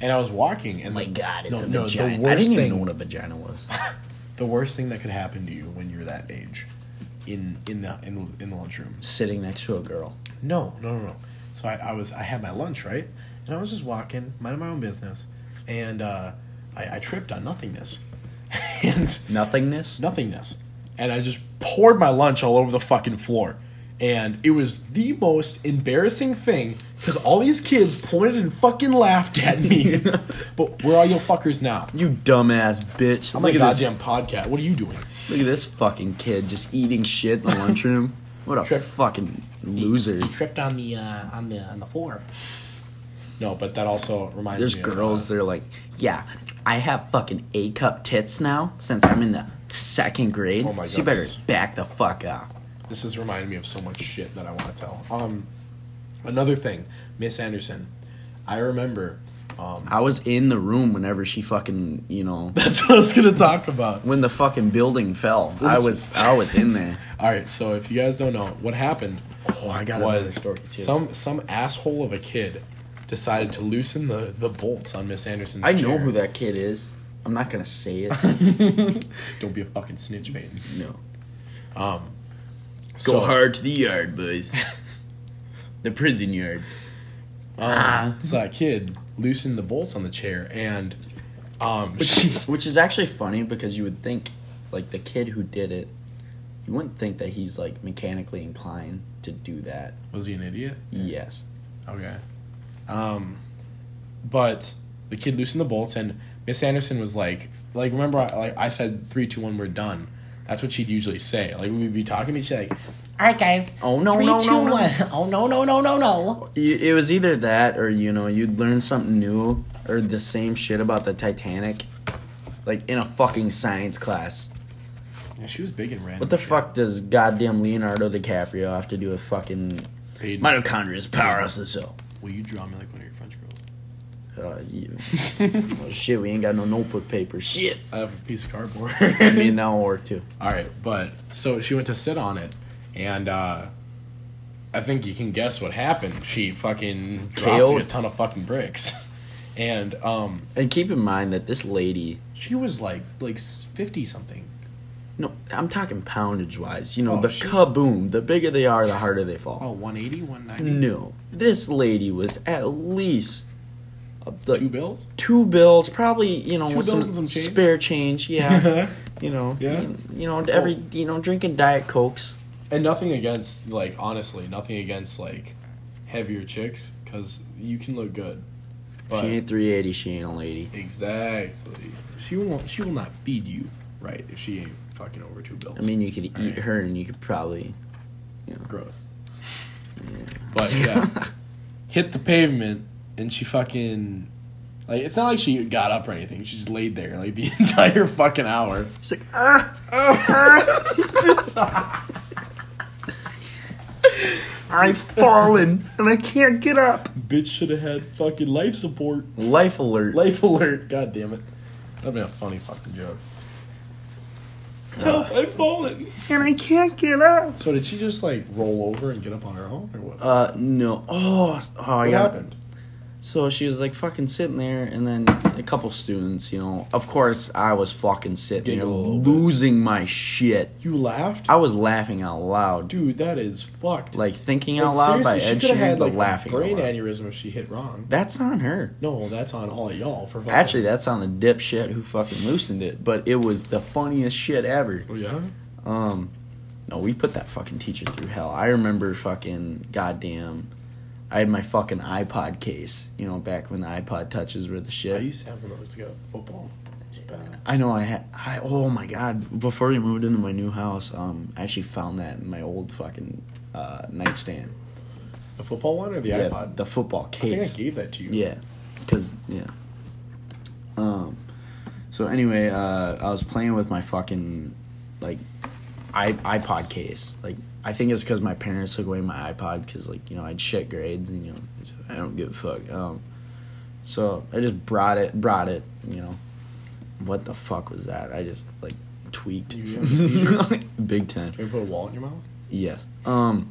Speaker 1: and I was walking and
Speaker 2: My
Speaker 1: like
Speaker 2: God, it's
Speaker 1: no,
Speaker 2: a
Speaker 1: no,
Speaker 2: vagina.
Speaker 1: the
Speaker 2: I
Speaker 1: worst
Speaker 2: didn't even
Speaker 1: thing
Speaker 2: know what a vagina was.
Speaker 1: the worst thing that could happen to you when you're that age, in in the in, the- in the lunchroom
Speaker 2: Sitting next to a girl.
Speaker 1: No, no, no, no. So I, I was I had my lunch right, and I was just walking, minding my own business, and uh, I, I tripped on nothingness, and
Speaker 2: Nothingness.
Speaker 1: nothingness, and I just poured my lunch all over the fucking floor, and it was the most embarrassing thing Because all these kids pointed and fucking laughed at me. but where are you fuckers now?
Speaker 2: You dumbass bitch.
Speaker 1: I'm
Speaker 2: look
Speaker 1: like,
Speaker 2: at
Speaker 1: goddamn podcast. What are you doing?
Speaker 2: this. Look at this fucking kid just eating shit in the lunchroom. What a
Speaker 1: Trip.
Speaker 2: fucking loser.
Speaker 4: He tripped on the uh, on the on the floor.
Speaker 1: No, but that also reminds
Speaker 2: There's
Speaker 1: me.
Speaker 2: girls that are like, yeah, I have fucking A cup tits now since I'm in the second grade.
Speaker 1: Oh my
Speaker 2: so you
Speaker 1: God.
Speaker 2: better back the fuck up.
Speaker 1: Of, this is reminding me of so much shit that I want to tell. Um, another thing, Miss Anderson. I remember. Um,
Speaker 2: I was in the room whenever she fucking, you know,
Speaker 1: that's what I was gonna talk about.
Speaker 2: when the fucking building fell. I was, I was in there.
Speaker 1: All right, so if you guys don't know what happened,
Speaker 2: Oh, I got another
Speaker 1: was
Speaker 2: story, too.
Speaker 1: some some asshole of a kid decided to loosen the the bolts on Miss Anderson's.
Speaker 2: I know
Speaker 1: chair.
Speaker 2: who that kid is. I'm not gonna say it.
Speaker 1: Don't be a fucking snitch, man.
Speaker 2: no.
Speaker 1: So
Speaker 2: hard to the yard, boys. the prison yard. Uh,
Speaker 1: So that kid loosened the bolts on the chair, and um, she,
Speaker 2: Which is actually funny because you would think, like, the kid who did it, you wouldn't think that he's, like, mechanically inclined to do that.
Speaker 1: was he an idiot?
Speaker 2: Yes.
Speaker 1: Okay. Um, but the kid loosened the bolts, and Miss Anderson was like, like remember, I, like I said, three, two, one, we're done. That's what she'd usually say. Like we'd be talking to each other, like,
Speaker 4: All right, guys.
Speaker 2: Oh, no,
Speaker 4: Three,
Speaker 2: no,
Speaker 4: two,
Speaker 2: no, no.
Speaker 4: one. Oh no no no no no.
Speaker 2: Y- It was either that or, you know, you'd learn something new or the same shit about the Titanic, like, in a fucking science class.
Speaker 1: yeah, she was big and random.
Speaker 2: What the
Speaker 1: shit.
Speaker 2: fuck does goddamn Leonardo DiCaprio have to do with fucking
Speaker 1: Peyton,
Speaker 2: mitochondria is power us this up?
Speaker 1: will you draw me like one of your French girls?
Speaker 2: Uh, you- oh, shit, we ain't got no notebook paper. Shit.
Speaker 1: I have a piece of cardboard.
Speaker 2: I mean, that won't work too.
Speaker 1: All right, but so she went to sit on it, and uh, I think you can guess what happened. She fucking dropped
Speaker 2: KO'd.
Speaker 1: like, a ton of fucking bricks, and um,
Speaker 2: And keep in mind that this lady,
Speaker 1: she was like like fifty something.
Speaker 2: no, I'm talking poundage wise. You know,
Speaker 1: Oh,
Speaker 2: the
Speaker 1: shit.
Speaker 2: kaboom. The bigger they are, the harder they fall.
Speaker 1: Oh, 180, 190,
Speaker 2: No, this lady was at least uh, like,
Speaker 1: two bills.
Speaker 2: two bills, probably you know
Speaker 1: Two
Speaker 2: with
Speaker 1: bills
Speaker 2: some,
Speaker 1: and some change?
Speaker 2: spare change. Yeah, you know,
Speaker 1: Yeah. Oh.
Speaker 2: You, you know, every you know, drinking diet cokes.
Speaker 1: And nothing against like honestly, nothing against like heavier chicks because you can look good, but
Speaker 2: she ain't 380. She ain't a lady.
Speaker 1: exactly she won't she will not feed you right if she ain't fucking over two bills.
Speaker 2: I mean, you could eat
Speaker 1: Alright.
Speaker 2: her, and you could probably. you know.
Speaker 1: growth. But yeah, hit the pavement and she fucking like it's not like she got up or anything. She just laid there like the entire fucking hour.
Speaker 2: She's like, ah, I've fallen and I can't get up.
Speaker 1: Bitch should have had fucking life support.
Speaker 2: Life alert.
Speaker 1: Life alert. God damn it. That'd been a funny fucking joke. Help, I've fallen.
Speaker 2: and I can't get up.
Speaker 1: So did she just like roll over and get up on her own or what?
Speaker 2: Uh, no. Oh, oh, I
Speaker 1: what
Speaker 2: got
Speaker 1: happened?
Speaker 2: So she was like fucking sitting there, and then a couple students, you know. Of course, I was fucking sitting
Speaker 1: Giggle a little
Speaker 2: there,
Speaker 1: bit.
Speaker 2: losing my shit.
Speaker 1: You laughed?
Speaker 2: I was laughing out loud,
Speaker 1: Dude, that is fucked.
Speaker 2: like thinking
Speaker 1: Like,
Speaker 2: out loud by
Speaker 1: seriously,
Speaker 2: Ed
Speaker 1: she coulda
Speaker 2: Sheeran,
Speaker 1: had
Speaker 2: but
Speaker 1: like
Speaker 2: laughing.
Speaker 1: a
Speaker 2: out
Speaker 1: brain
Speaker 2: loud.
Speaker 1: aneurysm if she hit wrong.
Speaker 2: That's on her.
Speaker 1: No, that's on all y'all for fucking-
Speaker 2: Actually, that's on the dipshit who fucking loosened it. But it was the funniest shit ever.
Speaker 1: Oh yeah.
Speaker 2: Um, no, we put that fucking teacher through hell. I remember fucking goddamn. I had my fucking iPod case, you know, back when the iPod touches were the shit.
Speaker 1: I used to have one that was go football. It was bad.
Speaker 2: I know I had. I oh my god! Before we moved into my new house, um, I actually found that in my old fucking uh, nightstand.
Speaker 1: The football one or the iPod?
Speaker 2: the football
Speaker 1: I think I
Speaker 2: case.
Speaker 1: gave that to you.
Speaker 2: Yeah, because yeah. Um, so anyway, uh, I was playing with my fucking like i iPod case. Like I think it's because my parents took away my iPod because like you know I had shit grades and you know I don't give a fuck. Um, so I just brought it, brought it. You know, what the fuck was that? I just like tweaked.
Speaker 1: You have a seizure?
Speaker 2: Big time.
Speaker 1: Can we put a wall in your mouth?
Speaker 2: Yes. Um,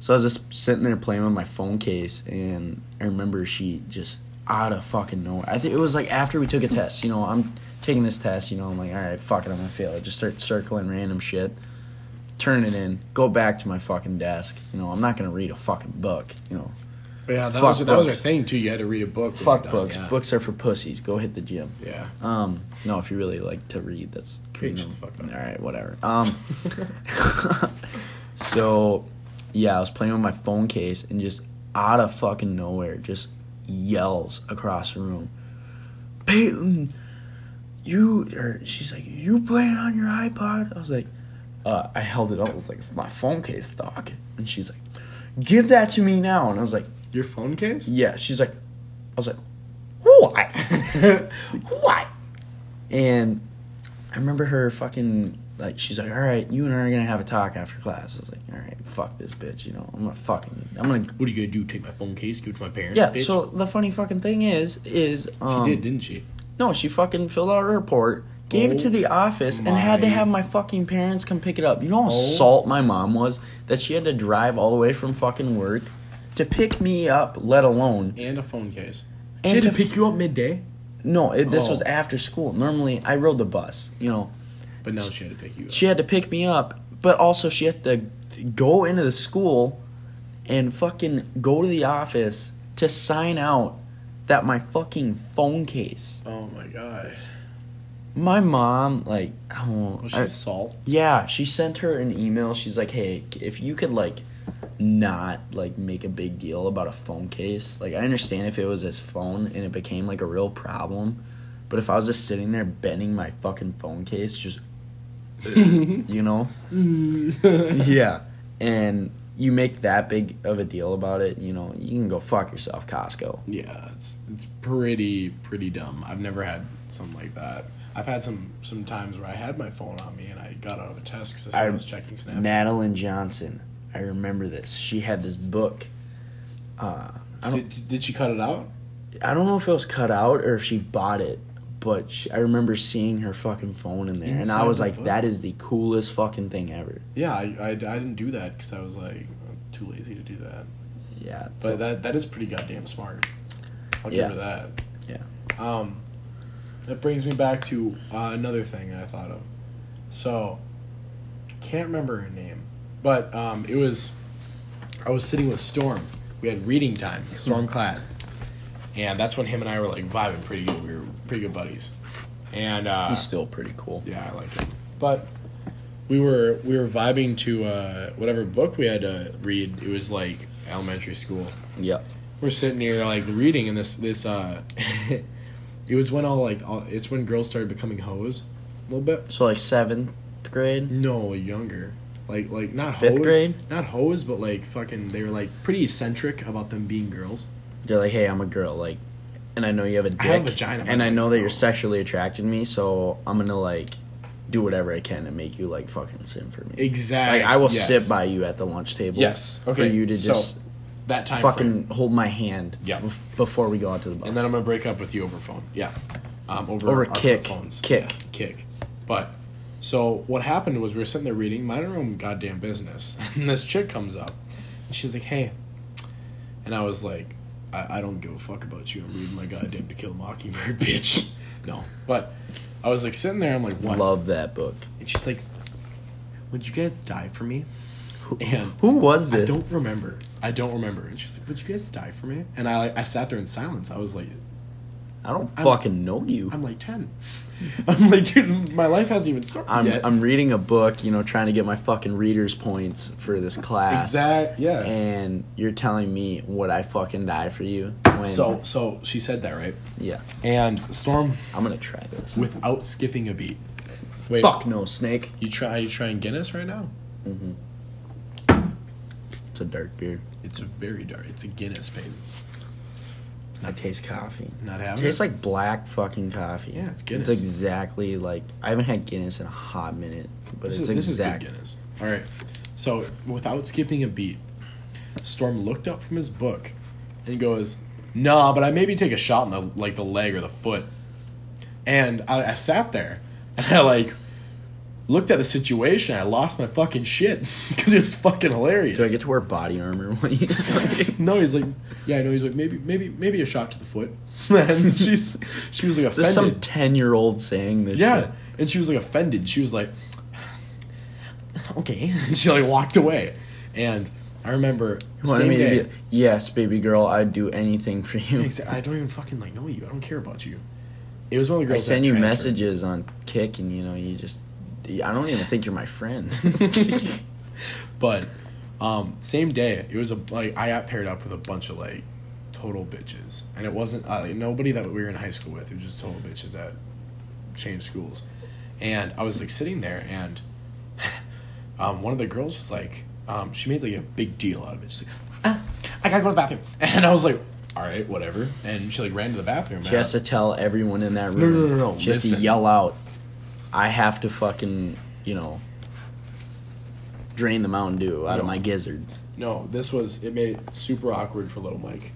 Speaker 2: so I was just sitting there playing with my phone case, and I remember she just out of fucking nowhere. I think it was like after we took a test. You know, I'm taking this test. You know, I'm like, all right, fuck it, I'm gonna fail it. Just start circling random shit, turn it in, go back to my fucking desk. You know, I'm not gonna read a fucking book. You know,
Speaker 1: But yeah, that
Speaker 2: Fuck
Speaker 1: was that was our
Speaker 2: books.
Speaker 1: thing too. You had to read a book. when
Speaker 2: fuck
Speaker 1: you're done,
Speaker 2: books.
Speaker 1: Yeah.
Speaker 2: Books are for pussies. Go hit the gym.
Speaker 1: Yeah.
Speaker 2: Um, no, if you really like to read, that's
Speaker 1: Okay, shut the fuck up.
Speaker 2: All right, whatever. Um, so yeah, I was playing with my phone case and just out of fucking nowhere just yells across the room, Peyton, you or she's like, you playing on your iPod? I was like, uh, I held it up. I was like, it's my phone case, doc. And she's like, give that to me now. And I was like,
Speaker 1: Your phone case?
Speaker 2: yeah. She's like, I was like, what? what? And I remember her fucking like she's like, all right, you and I are gonna have a talk after class. I was like, all right, fuck this bitch. You know, I'm gonna fucking, I'm gonna.
Speaker 1: What are you gonna do? Take my phone case? Give it to my parents?
Speaker 2: Yeah.
Speaker 1: bitch?
Speaker 2: So the funny fucking thing is, is um,
Speaker 1: she did, didn't she?
Speaker 2: no, she fucking filled out her report, gave it to the office, and had to
Speaker 1: Oh my- Oh.
Speaker 2: have my fucking parents come pick it up. You know how salt my mom was that she had to drive all the way from fucking work to pick me up, let alone
Speaker 1: And a phone case.
Speaker 2: And
Speaker 1: she had to
Speaker 2: to-
Speaker 1: pick you up midday,
Speaker 2: no. It, this
Speaker 1: Oh.
Speaker 2: was after school. Normally, I rode the bus. You know,
Speaker 1: but now she had to pick you up.
Speaker 2: she had to pick me up, but also she had to go into the school and fucking go to the office to sign out that my fucking phone case.
Speaker 1: oh my god.
Speaker 2: My mom, like, oh,
Speaker 1: Was she
Speaker 2: I-
Speaker 1: salt?
Speaker 2: yeah, she sent her an email. She's like, hey, if you could like not like make a big deal about a phone case. Like I understand if it was his phone and it became like a real problem, but if I was just sitting there bending my fucking phone case just you know? yeah. And you make that big of a deal about it, you know, you can go fuck yourself, Costco.
Speaker 1: Yeah, it's it's pretty pretty dumb. I've never had something like that. I've had some some times where I had my phone on me and I got out of a test because I
Speaker 2: I-
Speaker 1: was checking Snapchat.
Speaker 2: Madeline Johnson. I remember this. She had this book. Uh I don't
Speaker 1: Did, did she cut it out?
Speaker 2: I don't know if it was cut out or if she bought it, but she, I remember seeing her fucking phone in there, and
Speaker 1: Inside
Speaker 2: I was
Speaker 1: the
Speaker 2: like,
Speaker 1: book?
Speaker 2: "That is the coolest fucking thing ever."
Speaker 1: Yeah, I, I, I didn't do that because I was like I'm too lazy to do that.
Speaker 2: Yeah,
Speaker 1: But
Speaker 2: so-
Speaker 1: that that is pretty goddamn smart. I'll
Speaker 2: Yeah.
Speaker 1: give her
Speaker 2: yeah.
Speaker 1: that. Um, that brings me back to uh, another thing I thought of. So, can't remember her name, but um, it was I was sitting with Storm. We had reading time,
Speaker 2: Hmm.
Speaker 1: Storm Clad, and that's when him and I were like vibing pretty good. We were pretty good buddies, and uh,
Speaker 2: He's still pretty cool.
Speaker 1: yeah, I like it. But we were we were vibing to uh, whatever book we had to read. It was like elementary school.
Speaker 2: Yeah.
Speaker 1: We're sitting here like reading, and this this uh, it was when all like all, it's when girls started becoming hoes a little bit.
Speaker 2: So like seventh grade.
Speaker 1: No, younger. Like like not
Speaker 2: Fifth
Speaker 1: hoes,
Speaker 2: grade?
Speaker 1: not hoes, but like fucking. They were like pretty eccentric about them being girls.
Speaker 2: They're like, "Hey, I'm a girl," like, and I know you have a dick,
Speaker 1: I have a vagina, by
Speaker 2: and
Speaker 1: the
Speaker 2: I
Speaker 1: way,
Speaker 2: know that you're
Speaker 1: so-
Speaker 2: sexually attracted to me, so I'm gonna like do whatever I can to make you like fucking sin for me.
Speaker 1: Exactly.
Speaker 2: Like I will
Speaker 1: yes.
Speaker 2: sit by you at the lunch table.
Speaker 1: Yes. Okay.
Speaker 2: For you to
Speaker 1: So,
Speaker 2: just
Speaker 1: that time frame.
Speaker 2: fucking hold my hand.
Speaker 1: Yeah.
Speaker 2: bef- Before we go out to the bus.
Speaker 1: And then I'm gonna break up with you over phone. Yeah, um, over
Speaker 2: Over
Speaker 1: our
Speaker 2: kick.
Speaker 1: phones.
Speaker 2: Kick.
Speaker 1: Yeah, kick. But so what happened was we were sitting there reading, minding our own goddamn business, and this chick comes up, and she's like, "Hey," and I was like, "I, I don't give a fuck about you. I'm reading my goddamn To Kill a Mockingbird, bitch." No, but I was like sitting there. I'm like, "What?"
Speaker 2: Love that book.
Speaker 1: And she's like, "Would you guys die for me?" And
Speaker 2: Who was
Speaker 1: I
Speaker 2: this?
Speaker 1: don't remember. I don't remember. And she's like, "Would you guys die for me?" And I I sat there in silence. I was like.
Speaker 2: I don't
Speaker 1: I'm-
Speaker 2: fucking know you.
Speaker 1: I'm like 10. I'm like, dude, my life hasn't even started
Speaker 2: I'm,
Speaker 1: yet.
Speaker 2: I'm reading a book, you know, trying to get my fucking readers points for this class.
Speaker 1: exact, yeah.
Speaker 2: And you're telling me would I fucking die for you? When,
Speaker 1: so, so she said that, right?
Speaker 2: yeah,
Speaker 1: And Storm,
Speaker 2: I'm gonna try this.
Speaker 1: without skipping a beat. Wait,
Speaker 2: Fuck no, snake.
Speaker 1: You try, you trying Guinness right now?
Speaker 2: It's a dark beer.
Speaker 1: It's a very dark. It's a Guinness, baby.
Speaker 2: I taste coffee.
Speaker 1: Not having
Speaker 2: Tastes
Speaker 1: it?
Speaker 2: like black fucking coffee.
Speaker 1: Yeah, it's Guinness.
Speaker 2: It's exactly like I haven't had Guinness in a hot minute, but
Speaker 1: This,
Speaker 2: it's
Speaker 1: is, this is good
Speaker 2: exact.
Speaker 1: Guinness. All right. So, without skipping a beat, Storm looked up from his book and goes, "Nah, but I maybe take a shot in the like the leg or the foot." And I, I sat there and I like looked at the situation. I lost my fucking shit because it was fucking hilarious.
Speaker 2: Do I get to wear body armor when you?
Speaker 1: no, he's like, yeah, I know. He's like, maybe, maybe, maybe a shot to the foot. and she's, she was like offended.
Speaker 2: There's some ten year old saying this.
Speaker 1: Yeah,
Speaker 2: shit.
Speaker 1: and she was like offended. She was like, "Okay," and she like walked away. And I remember
Speaker 2: Wanted
Speaker 1: same
Speaker 2: me
Speaker 1: day.
Speaker 2: to be, yes, baby girl, I'd do anything for you.
Speaker 1: Exa- I don't even fucking like know you. I don't care about you. It was one of the
Speaker 2: I
Speaker 1: girls. that
Speaker 2: send you
Speaker 1: transferred.
Speaker 2: messages on Kick, and you know, you just, I don't even think you're my friend.
Speaker 1: but Um, same day, it was a like I got paired up with a bunch of like total bitches, and it wasn't uh, like, nobody that we were in high school with. It was just total bitches that changed schools, and I was like sitting there, and um, one of the girls was like, um, she made like a big deal out of it. She's like, ah, I gotta go to the bathroom, and I was like, all right, whatever, and she like ran to the bathroom.
Speaker 2: She
Speaker 1: and I-
Speaker 2: has to tell everyone in that
Speaker 1: No,
Speaker 2: room.
Speaker 1: no, no, no,
Speaker 2: She has to
Speaker 1: listen.
Speaker 2: yell out, I have to fucking, you know, drain the Mountain Dew out of
Speaker 1: No.
Speaker 2: my gizzard.
Speaker 1: No, this was it made it super awkward for little Mike.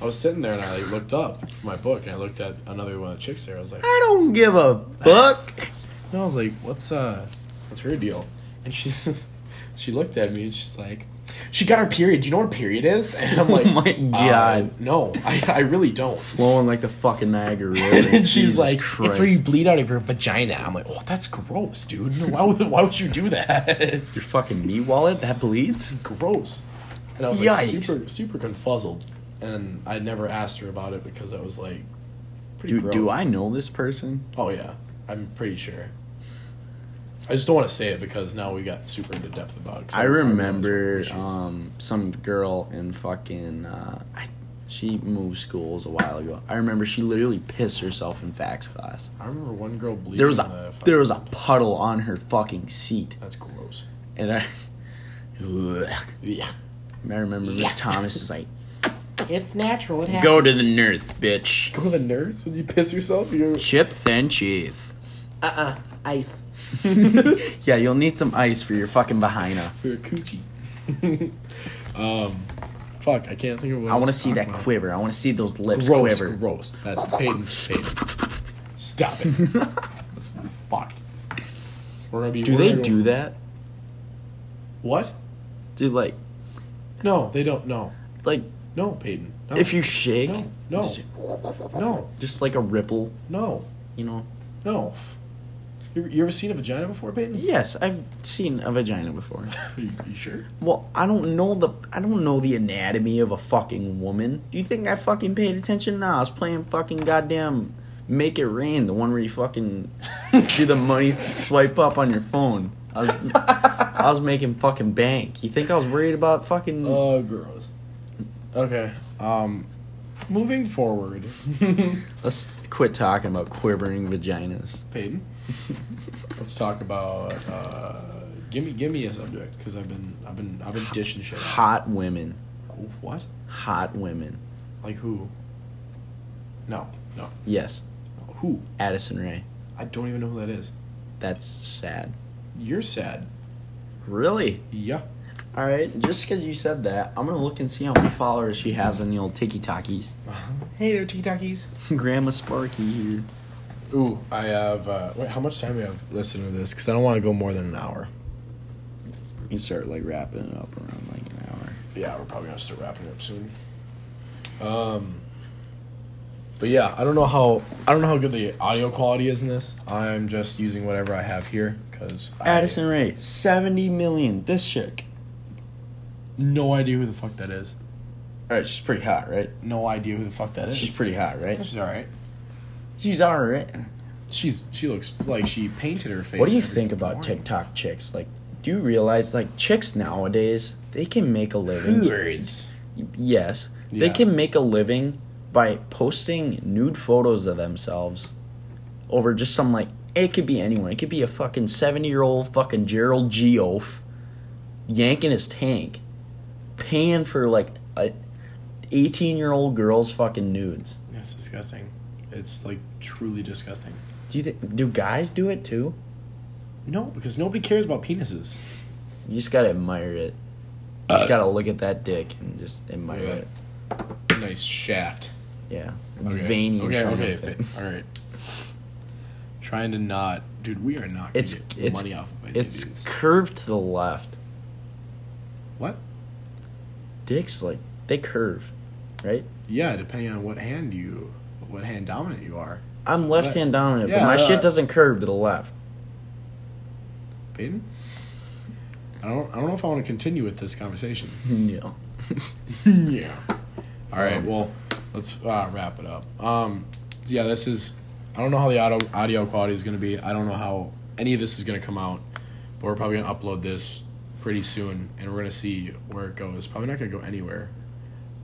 Speaker 1: I was sitting there and I like looked up from my book and I looked at another one of the chicks there. I was like,
Speaker 2: I don't give a fuck.
Speaker 1: no, I was like, what's uh, what's her deal? And she's, she looked at me and she's like, she got her period. Do you know what a period is? And I'm like,
Speaker 2: Oh my God.
Speaker 1: "Uh, no, I, I really don't.
Speaker 2: Blowing like the fucking Niagara River.
Speaker 1: and she's
Speaker 2: Jesus
Speaker 1: like,
Speaker 2: Christ.
Speaker 1: it's where you bleed out of your vagina. I'm like, oh, that's gross, dude. No, why would why would you do that?
Speaker 2: Your fucking meat wallet that bleeds?
Speaker 1: gross. And I was like
Speaker 2: Yikes.
Speaker 1: super super confuzzled. And I never asked her about it because I was like pretty
Speaker 2: Do,
Speaker 1: gross.
Speaker 2: do I know this person?
Speaker 1: Oh yeah. I'm pretty sure. I just don't want to say it because now we got super into depth about it. 'cause
Speaker 2: I
Speaker 1: realized
Speaker 2: remember
Speaker 1: who she is.
Speaker 2: um, some girl in fucking. Uh, I, she moved schools a while ago. I remember she literally pissed herself in fax class.
Speaker 1: I remember one girl bleeding.
Speaker 2: There was
Speaker 1: in the
Speaker 2: a
Speaker 1: fucking-
Speaker 2: there was a puddle on her fucking seat,
Speaker 1: That's gross.
Speaker 2: and I. Ugh.
Speaker 1: Yeah.
Speaker 2: I remember Miss Thomas is like,
Speaker 4: It's natural. It happens.
Speaker 2: "Go to the nurse, bitch.
Speaker 1: Go to the nurse when you piss yourself. You're
Speaker 2: Chips and cheese."
Speaker 4: Ice.
Speaker 2: Yeah, you'll need some ice for your fucking vagina.
Speaker 1: for your coochie. um, fuck. I can't think of what
Speaker 2: I want to
Speaker 1: was
Speaker 2: see that
Speaker 1: talking about.
Speaker 2: quiver. I want to see those lips
Speaker 1: Gross,
Speaker 2: quiver.
Speaker 1: gross. That's Peyton. Peyton. Stop it. That's fucked. We're gonna be.
Speaker 2: Do
Speaker 1: we're
Speaker 2: they
Speaker 1: gonna go-
Speaker 2: do that?
Speaker 1: What?
Speaker 2: Dude, like,
Speaker 1: No, they don't. No,
Speaker 2: like
Speaker 1: no, Peyton. No.
Speaker 2: if you shake,
Speaker 1: no, no, no,
Speaker 2: just like a ripple,
Speaker 1: no,
Speaker 2: you know.
Speaker 1: no. You, you ever seen a vagina before, Peyton?
Speaker 2: Yes, I've seen a vagina before.
Speaker 1: Are you, you sure?
Speaker 2: Well, I don't know the I don't know the anatomy of a fucking woman. Do you think I fucking paid attention? Nah, I was playing fucking goddamn Make It Rain, the one where you fucking do the money swipe up on your phone. I was, I was making fucking bank. You think I was worried about fucking?
Speaker 1: Oh, gross. Okay. Um, moving forward,
Speaker 2: Let's quit talking about quivering vaginas.
Speaker 1: Peyton. let's talk about. Uh, give me, give me a subject because I've been, I've been, I've been dishing shit. out.
Speaker 2: Hot women,
Speaker 1: What?
Speaker 2: hot women.
Speaker 1: Like who? No, no.
Speaker 2: Yes,
Speaker 1: no. Who?
Speaker 2: Addison Ray.
Speaker 1: I don't even know who that is.
Speaker 2: That's sad.
Speaker 1: You're sad.
Speaker 2: Really?
Speaker 1: Yeah.
Speaker 2: All right. Just because you said that, I'm gonna look and see how many followers she has on the old Tiki Takis.
Speaker 1: Hey there, TikTokies.
Speaker 2: Grandma Sparky here.
Speaker 1: Ooh, I have. Uh, wait, how much time do we have listening to this? Because I don't want to go more than an hour.
Speaker 2: We can start like wrapping it up around like an hour.
Speaker 1: Yeah, we're probably gonna start wrapping up soon. Um. But yeah, I don't know how I don't know how good the audio quality is in this. I'm just using whatever I have here because
Speaker 2: Addison Ray, 70 million. This chick.
Speaker 1: no idea who the fuck that is.
Speaker 2: All right, she's pretty hot, right?
Speaker 1: No idea who the fuck that is.
Speaker 2: She's pretty hot, right?
Speaker 1: She's all right.
Speaker 2: She's all right.
Speaker 1: She's she looks like she painted her face.
Speaker 2: What do you
Speaker 1: every
Speaker 2: think
Speaker 1: fucking
Speaker 2: about
Speaker 1: morning.
Speaker 2: TikTok chicks? Like, do you realize like chicks nowadays they can make a living? Yes, they
Speaker 1: Yeah.
Speaker 2: can make a living by posting nude photos of themselves over just some like it could be anyone. It could be a fucking seventy year old fucking Gerald Geoff yanking his tank, paying for like a eighteen year old girl's fucking nudes.
Speaker 1: That's disgusting. It's like truly disgusting.
Speaker 2: Do you think do guys do it too?
Speaker 1: No, because nobody cares about penises.
Speaker 2: You just gotta admire it. You just gotta look at that dick and just admire
Speaker 1: Uh, Yeah.
Speaker 2: it.
Speaker 1: Nice shaft.
Speaker 2: Yeah, it's veiny. and
Speaker 1: Okay,
Speaker 2: trying to
Speaker 1: okay,
Speaker 2: fit.
Speaker 1: all right. Trying to not, dude. We are not. Gonna
Speaker 2: It's
Speaker 1: get
Speaker 2: it's
Speaker 1: money off of it.
Speaker 2: it's curved to the left.
Speaker 1: what?
Speaker 2: Dicks like they curve, right?
Speaker 1: Yeah, depending on what hand you, what hand dominant you are,
Speaker 2: I'm left hand dominant, but
Speaker 1: Yeah,
Speaker 2: my
Speaker 1: uh,
Speaker 2: shit doesn't curve to the left.
Speaker 1: Peyton. I don't. I don't know if I want to continue with this conversation.
Speaker 2: No.
Speaker 1: Yeah. All
Speaker 2: Um,
Speaker 1: right. Well, let's uh, wrap it up. Um, yeah, this is. I don't know how the audio audio quality is going to be. I don't know how any of this is going to come out, but we're probably going to upload this pretty soon, and we're gonna see where it goes. Probably not gonna go anywhere,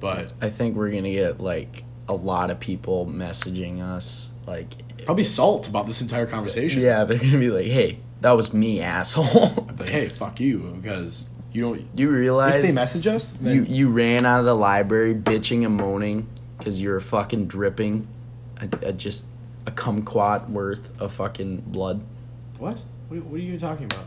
Speaker 1: but
Speaker 2: I think we're gonna get like a lot of people messaging us like
Speaker 1: probably salt about this entire conversation.
Speaker 2: Yeah, they're gonna be like, Hey, that was me, asshole.
Speaker 1: But hey, fuck you, because you don't.
Speaker 2: you
Speaker 1: If they
Speaker 2: realize
Speaker 1: message us, then
Speaker 2: you you ran out of the library bitching and moaning because you were fucking dripping a, a just a kumquat worth of fucking blood.
Speaker 1: what? What, what are you talking about?